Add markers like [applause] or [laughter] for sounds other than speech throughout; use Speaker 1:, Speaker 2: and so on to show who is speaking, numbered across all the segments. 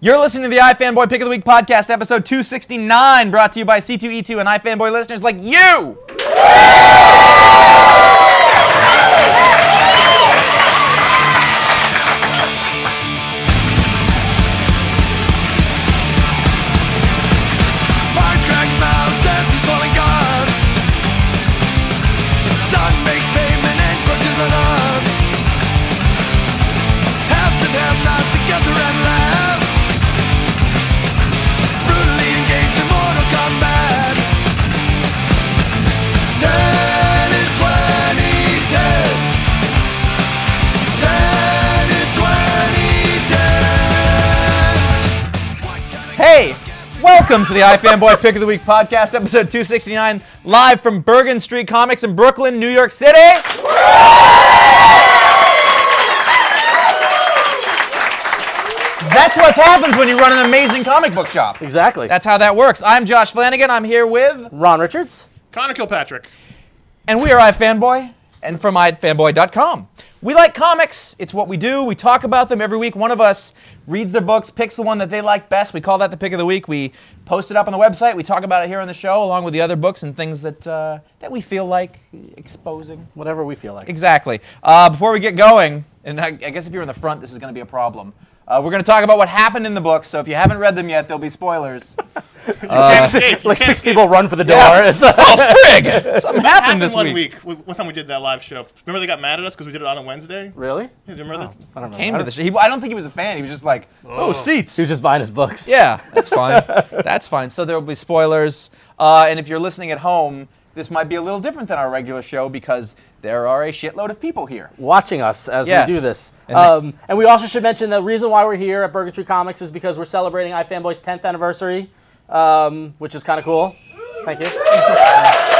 Speaker 1: You're listening to the iFanboy Pick of the Week podcast, episode 269, brought to you by C2E2 and iFanboy listeners like you.
Speaker 2: Pines crack mouths and these falling gods. Sun make pavement and grudges on us. Haves and have not together at last. Brutally engaged in mortal combat. Ten in twenty ten. Ten in twenty ten.
Speaker 1: Hey, welcome to the iFanboy Pick of the Week podcast, episode 269, live from Bergen Street Comics in Brooklyn, New York City. That's what happens when you run an amazing comic book shop.
Speaker 3: Exactly.
Speaker 1: That's how that works. I'm Josh Flanagan. I'm here with,
Speaker 3: Ron Richards.
Speaker 4: Connor Kilpatrick.
Speaker 1: and we are iFanboy, and from iFanboy.com. We like comics. It's what we do. We talk about them every week. One of us reads their books, picks the one that they like best. We call that the pick of the week. We post it up on the website. We talk about it here on the show, along with the other books and things that uh, that we feel like exposing.
Speaker 3: Whatever we feel like.
Speaker 1: Exactly. Uh, before we get going, and I, I guess if you're in the front, this is going to be a problem. Uh, we're going to talk about what happened in the books. So if you haven't read them yet, there'll be spoilers. Oh,
Speaker 4: escape. You
Speaker 3: [laughs]
Speaker 4: can't
Speaker 3: like six
Speaker 4: escape.
Speaker 3: people run for the
Speaker 1: [laughs]
Speaker 3: door.
Speaker 5: Yeah.
Speaker 3: It's like-
Speaker 5: Frig! Something happened
Speaker 4: happened
Speaker 5: this
Speaker 4: one
Speaker 5: week.
Speaker 4: week. We- One time we did that live show. Remember they got mad at us because we did it on a Wednesday.
Speaker 3: really?
Speaker 4: Yeah, do you remember that?
Speaker 3: I don't know.
Speaker 5: Came to the show. He, I don't think he was a fan. He was just like, oh, seats.
Speaker 3: He was just buying his books.
Speaker 5: Yeah, that's [laughs] fine. that's fine. So there will be spoilers. Uh, and if you're listening at home, this might be a little different than our regular show because there are a shitload of people here.
Speaker 3: watching us as
Speaker 5: Yes.
Speaker 3: we do this.
Speaker 5: And
Speaker 3: um, and we also should mention the reason why we're here at Burger Tree Comics is because we're celebrating iFanboy's 10th anniversary, um, which is kind of cool. Thank you. [laughs]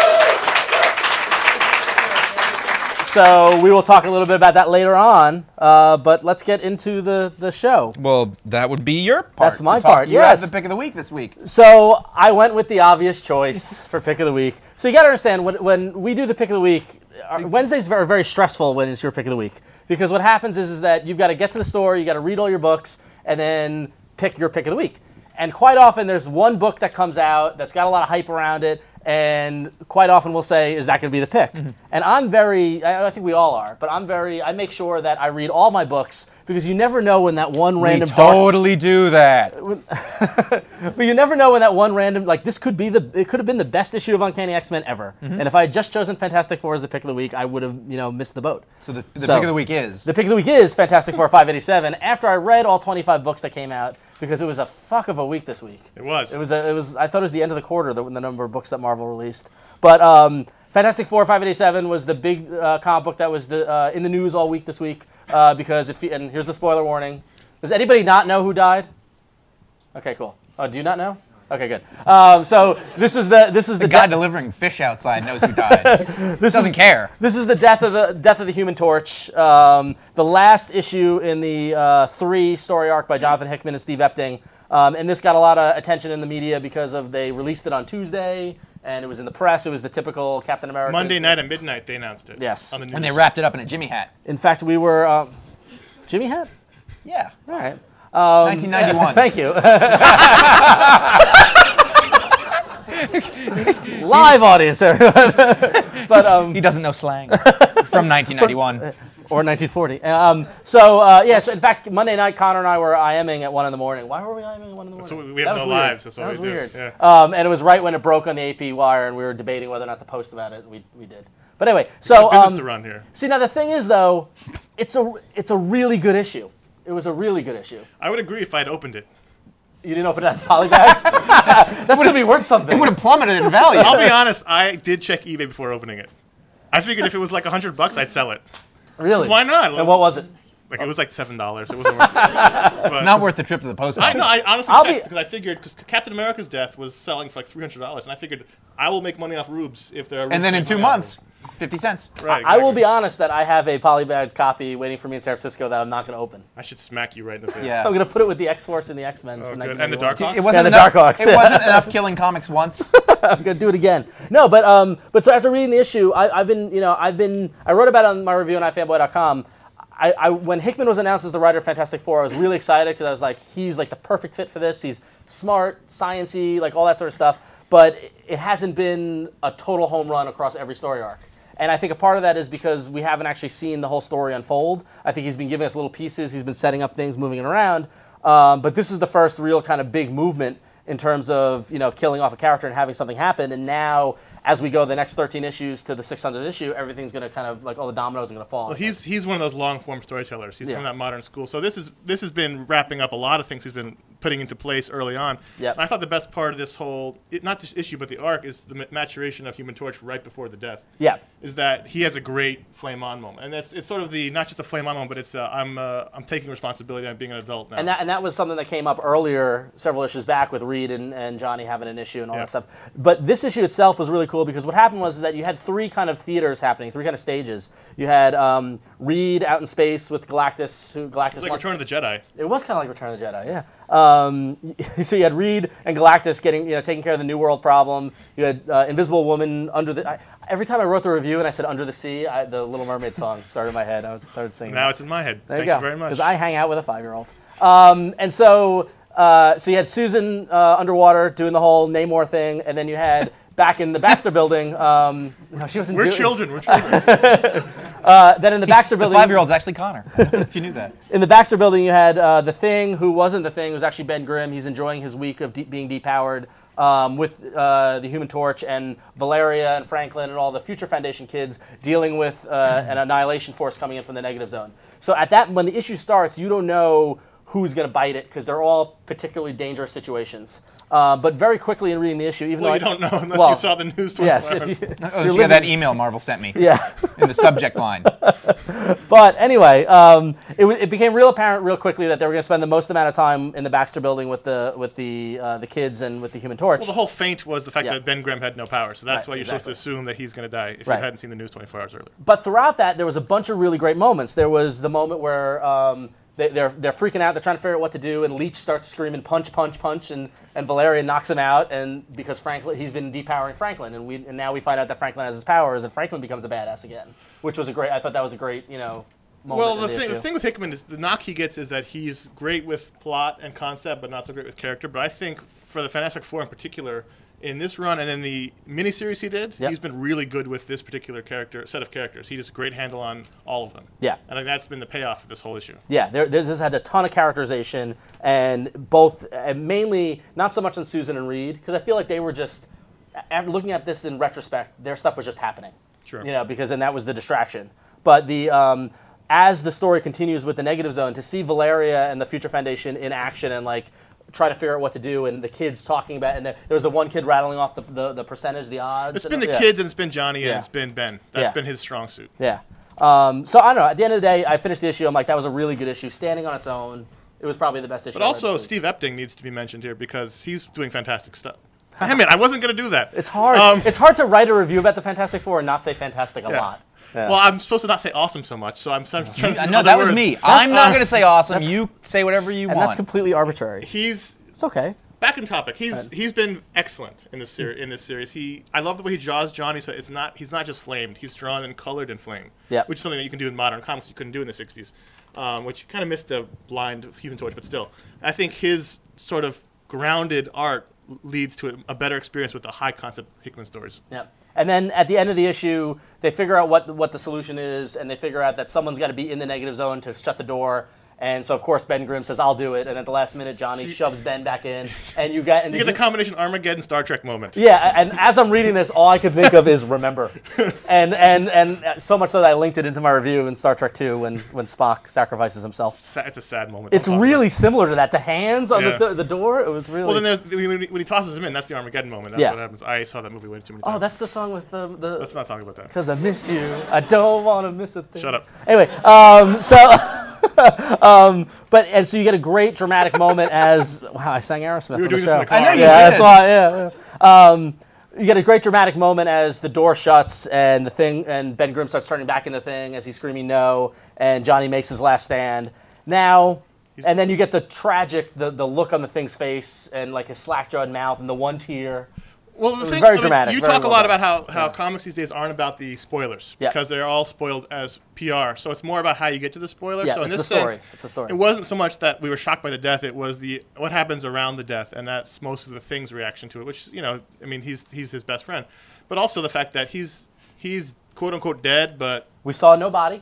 Speaker 3: so we will talk a little bit about that later on, uh, but let's get into the, the show.
Speaker 5: Well, that would be your part.
Speaker 3: That's my
Speaker 5: to talk-
Speaker 3: part,
Speaker 5: You have
Speaker 3: yes.
Speaker 5: the pick of the week this week.
Speaker 3: So I went with the obvious
Speaker 5: [laughs]
Speaker 3: choice for pick of the week. So you got to understand when, when we do the pick of the week, our- Wednesdays are very stressful when it's your pick of the week because what happens is is that you've got to get to the store, you got to read all your books, and then pick your pick of the week. And quite often there's one book that comes out that's got a lot of hype around it, and quite often we'll say, "Is that going to be the pick?"
Speaker 5: Mm-hmm.
Speaker 3: And I'm very, I I think we all are, but I'm very, I make sure that I read all my books because you never know when that one random
Speaker 5: we
Speaker 3: dark Uh,
Speaker 5: totally do that.
Speaker 3: but you never know when that one random like this could be the it could have been the best issue of Uncanny X Men ever.
Speaker 5: Mm-hmm.
Speaker 3: And if I had just chosen Fantastic Four as the pick of the week, I would have you know missed the boat.
Speaker 5: So the, the
Speaker 3: So-
Speaker 5: pick of the week is.
Speaker 3: The pick of the week is Fantastic Four 587. After I read all 25 books that came out because it was a fuck of a week this week.
Speaker 4: It was.
Speaker 3: It was. A, it was. I thought it was the end of the quarter, the, the number of books that Marvel released. But um, Fantastic Four 587 was the big uh, comic book that was the, uh, in the news all week this week uh, because if and here's the spoiler warning. Does anybody not know who died? Okay, cool. Oh, do you not know? Okay, good. Um, so this is the this is the,
Speaker 5: guy
Speaker 3: de-
Speaker 5: delivering fish outside knows who died.
Speaker 3: [laughs] this
Speaker 5: Doesn't
Speaker 3: is-
Speaker 5: care.
Speaker 3: This is the death of the death of the Human Torch. Um, the last issue in the uh, three story arc by Jonathan Hickman and Steve Epting, um, and this got a lot of attention in the media because of they released it on Tuesday and it was in the press. It was the typical Captain America
Speaker 4: Monday night at midnight they announced it.
Speaker 3: Yes.
Speaker 4: On the news.
Speaker 5: And they wrapped it up in a Jimmy hat.
Speaker 3: In fact, we were um, Jimmy Hat.
Speaker 5: Yeah.
Speaker 3: [laughs] All right.
Speaker 5: 1991.
Speaker 3: Um, [laughs] Thank you. Live audience, everyone. [laughs] but um,
Speaker 5: He doesn't
Speaker 3: [laughs]
Speaker 5: know slang from 1991.
Speaker 3: or 1940. Um, so uh, yeah, so in fact, Monday night, Connor and I were IMing at one in the morning. Why were we IMing at one in the morning?
Speaker 4: So we- we have
Speaker 3: That
Speaker 4: no
Speaker 3: was weird.
Speaker 4: lives, that's what
Speaker 3: that
Speaker 4: we
Speaker 3: was
Speaker 4: do,
Speaker 3: weird.
Speaker 4: yeah.
Speaker 3: Um, and it was right when it broke on the AP wire, and we were debating whether or not to post about it. We we did. But anyway, so
Speaker 4: business
Speaker 3: um,
Speaker 4: to run here.
Speaker 3: see now the thing is though, it's a it's a really good issue. It was a really good issue.
Speaker 4: I would agree if I'd opened it.
Speaker 3: You didn't open that
Speaker 4: [laughs]
Speaker 3: poly bag. [laughs] That's gonna be worth something.
Speaker 5: It would have plummeted in value.
Speaker 4: I'll be honest, I did check eBay before opening it. I figured if it was like hundred bucks, I'd sell it.
Speaker 3: really?
Speaker 4: Why not?
Speaker 3: And what was it?
Speaker 4: Like it was like seven dollars. It wasn't worth it.
Speaker 5: Not worth the trip to the post
Speaker 4: I
Speaker 5: office.
Speaker 4: know. I honestly
Speaker 3: I'll
Speaker 4: checked
Speaker 3: be-
Speaker 4: because I figured because Captain America's death was selling for like three hundred dollars, and I figured I will make money off rubes if there are.
Speaker 5: And
Speaker 4: rubes
Speaker 5: then
Speaker 4: to
Speaker 5: in
Speaker 4: make
Speaker 5: two
Speaker 4: money off
Speaker 5: months, 50 cents.
Speaker 4: of. Right,
Speaker 3: I will
Speaker 4: exactly.
Speaker 3: be honest that I have a polybag copy waiting for me in San Francisco that I'm not gonna open.
Speaker 4: I should smack you right in the face.
Speaker 5: Yeah.
Speaker 3: I'm gonna put it with the X Force and the X Men.
Speaker 4: Oh, good. And the Dark Hawks.
Speaker 5: It wasn't
Speaker 3: the
Speaker 5: enough,
Speaker 3: Dark Hawks,
Speaker 5: It
Speaker 3: yeah. [laughs]
Speaker 5: wasn't enough killing comics once.
Speaker 3: gonna do it again. No, but um, but so after reading the issue, I, I've been, you know, I've been, I wrote about it on my review on ifanboy.com. I, I when Hickman was announced as the writer of Fantastic Four, I was really excited because I was like, he's like the perfect fit for this. He's smart, sciency, like all that sort of stuff. But it hasn't been a total home run across every story arc. And I think a part of that is because we haven't actually seen the whole story unfold. I think he's been giving us little pieces, he's been setting up things, moving it around. Um, but this is the first real kind of big movement in terms of you know killing off a character and having something happen. And now, as we go the next 13 issues to the 600th issue, everything's going to kind of like all the dominoes are going to fall.
Speaker 4: Well, he's he's one of those long form storytellers. He's
Speaker 3: Yeah.
Speaker 4: from that modern school. So this is this has been wrapping up a lot of things he's been putting into place early on.
Speaker 3: Yep.
Speaker 4: And I thought the best part of this whole it, not this issue but the arc is the ma- maturation of Human Torch right before the death.
Speaker 3: Yeah.
Speaker 4: Is that he has a great flame on moment, and that's it's sort of the not just a flame on moment, but it's uh, I'm uh, I'm taking responsibility. I'm being an adult now.
Speaker 3: And that, and that was something that came up earlier, several issues back, with Reed and, and Johnny having an issue and all
Speaker 4: Yeah.
Speaker 3: that stuff. But this issue itself was really cool because what happened was that you had three kind of theaters happening, three kind of stages. You had um, Reed out in space with Galactus, who Galactus.
Speaker 4: it's like
Speaker 3: wants-
Speaker 4: Return of the Jedi.
Speaker 3: it was kind of like Return of the Jedi, yeah. Um, [laughs] so you had Reed and Galactus getting, you know, taking care of the New World problem. You had uh, Invisible Woman under the. I, every time I wrote the review and I said "Under the Sea," I, the Little Mermaid song started in my head. I started singing.
Speaker 4: Now
Speaker 3: it.
Speaker 4: it's in my head.
Speaker 3: There
Speaker 4: Thank
Speaker 3: you
Speaker 4: you,
Speaker 3: go.
Speaker 4: very much.
Speaker 3: Because I hang out with a five-year-old. Um, and so, uh, so you had Susan uh, underwater doing the whole Namor thing, and then you had back in the Baxter [laughs] building. Um, no, she wasn't.
Speaker 4: we're
Speaker 3: doing-
Speaker 4: children.
Speaker 3: [laughs]
Speaker 4: We're children.
Speaker 3: Uh, then in the Baxter
Speaker 5: The
Speaker 3: building,
Speaker 5: five year old's actually Connor. [laughs] I don't know if you
Speaker 3: [laughs]
Speaker 5: knew that.
Speaker 3: in the Baxter building, you had uh, the Thing, who wasn't the Thing, it was actually Ben Grimm. He's enjoying his week of de- being depowered. um, with uh, the Human Torch and Valeria and Franklin and all the Future Foundation kids dealing with uh, an annihilation force coming in from the negative zone. So at that, when the issue starts, you don't know who's going to bite it because they're all particularly dangerous situations. Uh, but very quickly in reading the issue, even
Speaker 4: Well,
Speaker 3: though
Speaker 4: you
Speaker 3: I-
Speaker 4: don't know unless
Speaker 3: well,
Speaker 4: you saw the news 24
Speaker 3: Yes,
Speaker 4: hours.
Speaker 3: if you, [laughs]
Speaker 5: Oh, you got that email Marvel sent me
Speaker 3: yeah.
Speaker 5: [laughs] in the subject
Speaker 3: [laughs]
Speaker 5: line. Uh,
Speaker 3: But anyway, um, it, wa- it became real apparent real quickly that they were going to spend the most amount of time in the Baxter Building with the with the uh, the kids and with the Human Torch.
Speaker 4: Well, the whole feint was the fact
Speaker 3: Yeah.
Speaker 4: that Ben Grimm had no power, so that's
Speaker 3: Right,
Speaker 4: why you're
Speaker 3: exactly.
Speaker 4: supposed to assume that he's going to die if
Speaker 3: Right.
Speaker 4: you hadn't seen the news 24 hours earlier.
Speaker 3: but throughout that, there was a bunch of really great moments. There was the moment where um, they, they're they're freaking out, they're trying to figure out what to do, and Leech starts screaming punch, punch, punch, and and Valeria knocks him out, and because Franklin he's been depowering Franklin, and we and now we find out that Franklin has his powers, and Franklin becomes a badass again, which was a great. I thought that was a great you know. Moment
Speaker 4: Well,
Speaker 3: in
Speaker 4: the thing,
Speaker 3: issue.
Speaker 4: the thing with Hickman is the knock he gets is that he's great with plot and concept, but not so great with character. But I think for the Fantastic Four in particular, in this run and in the miniseries he did,
Speaker 3: Yep.
Speaker 4: he's been really good with this particular character set of characters. He just great handle on all of them.
Speaker 3: Yeah.
Speaker 4: and I think that's been the payoff for this whole issue.
Speaker 3: Yeah, there, this has had a ton of characterization, and both, and mainly not so much on Susan and Reed, because I feel like they were just, after looking at this in retrospect, their stuff was just happening.
Speaker 4: Sure.
Speaker 3: You know, because and that was the distraction. But the um, as the story continues with the negative zone, to see Valeria and the Future Foundation in action and like try to figure out what to do, and the kids talking about, and there there was the one kid rattling off the the, the percentage, the odds.
Speaker 4: It's
Speaker 3: and-
Speaker 4: been the
Speaker 3: yeah.
Speaker 4: kids and it's been Johnny
Speaker 3: Yeah.
Speaker 4: and it's been Ben. That's
Speaker 3: Yeah.
Speaker 4: been his strong suit.
Speaker 3: Yeah. Um, so I don't know. At the end of the day, I finished the issue. I'm like, that was a really good issue, standing on its own. It was probably the best issue.
Speaker 4: But also, Steve Epting needs to be mentioned here because he's doing fantastic
Speaker 3: [laughs]
Speaker 4: stuff. Damn it, I wasn't going to do that.
Speaker 3: It's hard.
Speaker 4: Um,
Speaker 3: it's hard to write a review about the Fantastic Four and not say fantastic a
Speaker 4: yeah.
Speaker 3: lot.
Speaker 4: Well, I'm supposed to not say awesome so much, so I'm trying to. use
Speaker 5: No,
Speaker 4: other
Speaker 5: that was
Speaker 4: words.
Speaker 5: me. I'm not going to say awesome. You say whatever you
Speaker 3: And
Speaker 5: want.
Speaker 3: that's completely arbitrary.
Speaker 4: He's
Speaker 3: It's okay.
Speaker 4: back in topic. He's he's been excellent in this series. In this series, he I love the way he draws Johnny. So it's not he's not just flamed. He's drawn and colored in flame.
Speaker 3: Yeah.
Speaker 4: which is something that you can do in modern comics. You couldn't do in the '60s, um, which you kind of missed the blind Human Torch, but still, I think his sort of grounded art leads to a, a better experience with the high concept Hickman stories.
Speaker 3: Yep. And then at the end of the issue, they figure out what what the solution is, and they figure out that someone's got to be in the negative zone to shut the door. And so of course Ben Grimm says, "I'll do it." And at the last minute, Johnny
Speaker 4: See-
Speaker 3: shoves Ben
Speaker 4: [laughs]
Speaker 3: back in, and you get and
Speaker 4: You get the combination Armageddon Star Trek moment.
Speaker 3: Yeah, and as I'm reading this, all I could think of is
Speaker 4: [laughs]
Speaker 3: remember, and and and so much so that I linked it into my review in Star Trek Two when when Spock sacrifices himself.
Speaker 4: Sa- it's a sad moment.
Speaker 3: It's
Speaker 4: Don't talk about it.
Speaker 3: really similar to that. The hands on
Speaker 4: Yeah.
Speaker 3: the, the door. It was really.
Speaker 4: Well, then there's, when, he- when he tosses him in, that's the Armageddon moment. That's
Speaker 3: Yeah.
Speaker 4: what happens. I saw that movie way too many times.
Speaker 3: oh, that's the song with the the.
Speaker 4: Let's not talk about that.
Speaker 3: Because I miss you, I don't want to miss a thing.
Speaker 4: Shut up.
Speaker 3: Anyway, um, so. [laughs] um, but and so you get a great dramatic moment as wow I sang Aerosmith.
Speaker 4: We were
Speaker 3: on
Speaker 4: doing this
Speaker 3: the
Speaker 4: in
Speaker 3: show.
Speaker 4: the car.
Speaker 5: know
Speaker 3: [laughs]
Speaker 5: you
Speaker 3: yeah, that's
Speaker 5: did.
Speaker 3: why. Yeah. yeah. Um, you get a great dramatic moment as the door shuts and the thing and Ben Grimm starts turning back into thing as he's screaming no, and Johnny makes his last stand. Now. and then you get the tragic, the, the look on the thing's face, and like his slack jawed mouth, and the one tear.
Speaker 4: Well, the thing,
Speaker 3: very
Speaker 4: I mean,
Speaker 3: dramatic,
Speaker 4: you
Speaker 3: very
Speaker 4: talk a
Speaker 3: well
Speaker 4: lot
Speaker 3: done.
Speaker 4: about how, how comics these days aren't about the spoilers
Speaker 3: Yeah.
Speaker 4: because they're all spoiled as PR. So it's more about how you get to the spoiler.
Speaker 3: Yeah,
Speaker 4: so in
Speaker 3: it's
Speaker 4: this
Speaker 3: the story.
Speaker 4: sense,
Speaker 3: It's the story.
Speaker 4: it wasn't so much that we were shocked by the death; it was the what happens around the death, and that's most of the thing's reaction to it. Which you know, I mean, he's he's his best friend, but also the fact that he's he's quote unquote dead, but
Speaker 3: We saw no body.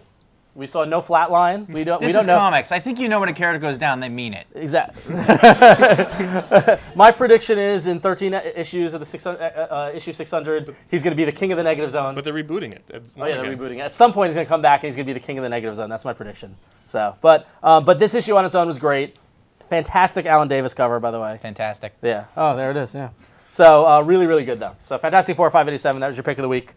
Speaker 3: We saw no flat line. We don't, we
Speaker 5: this
Speaker 3: don't
Speaker 5: is
Speaker 3: know.
Speaker 5: comics. I think you know when a character goes down, they mean it.
Speaker 3: Exactly. [laughs] My prediction is in 13 issues of the 600, uh, uh, issue 600, he's going to be the king of the negative zone.
Speaker 4: but they're rebooting it. It's
Speaker 3: oh
Speaker 4: one
Speaker 3: yeah, they're
Speaker 4: again.
Speaker 3: rebooting. it. At some point, he's going to come back and he's going to be the king of the negative zone. That's my prediction. So, but um, but this issue on its own was great. Fantastic Alan Davis cover, by the way.
Speaker 5: Fantastic.
Speaker 3: Yeah. Oh, there it is. Yeah. So uh, really, really good though. So Fantastic Four 587. That was your pick of the week.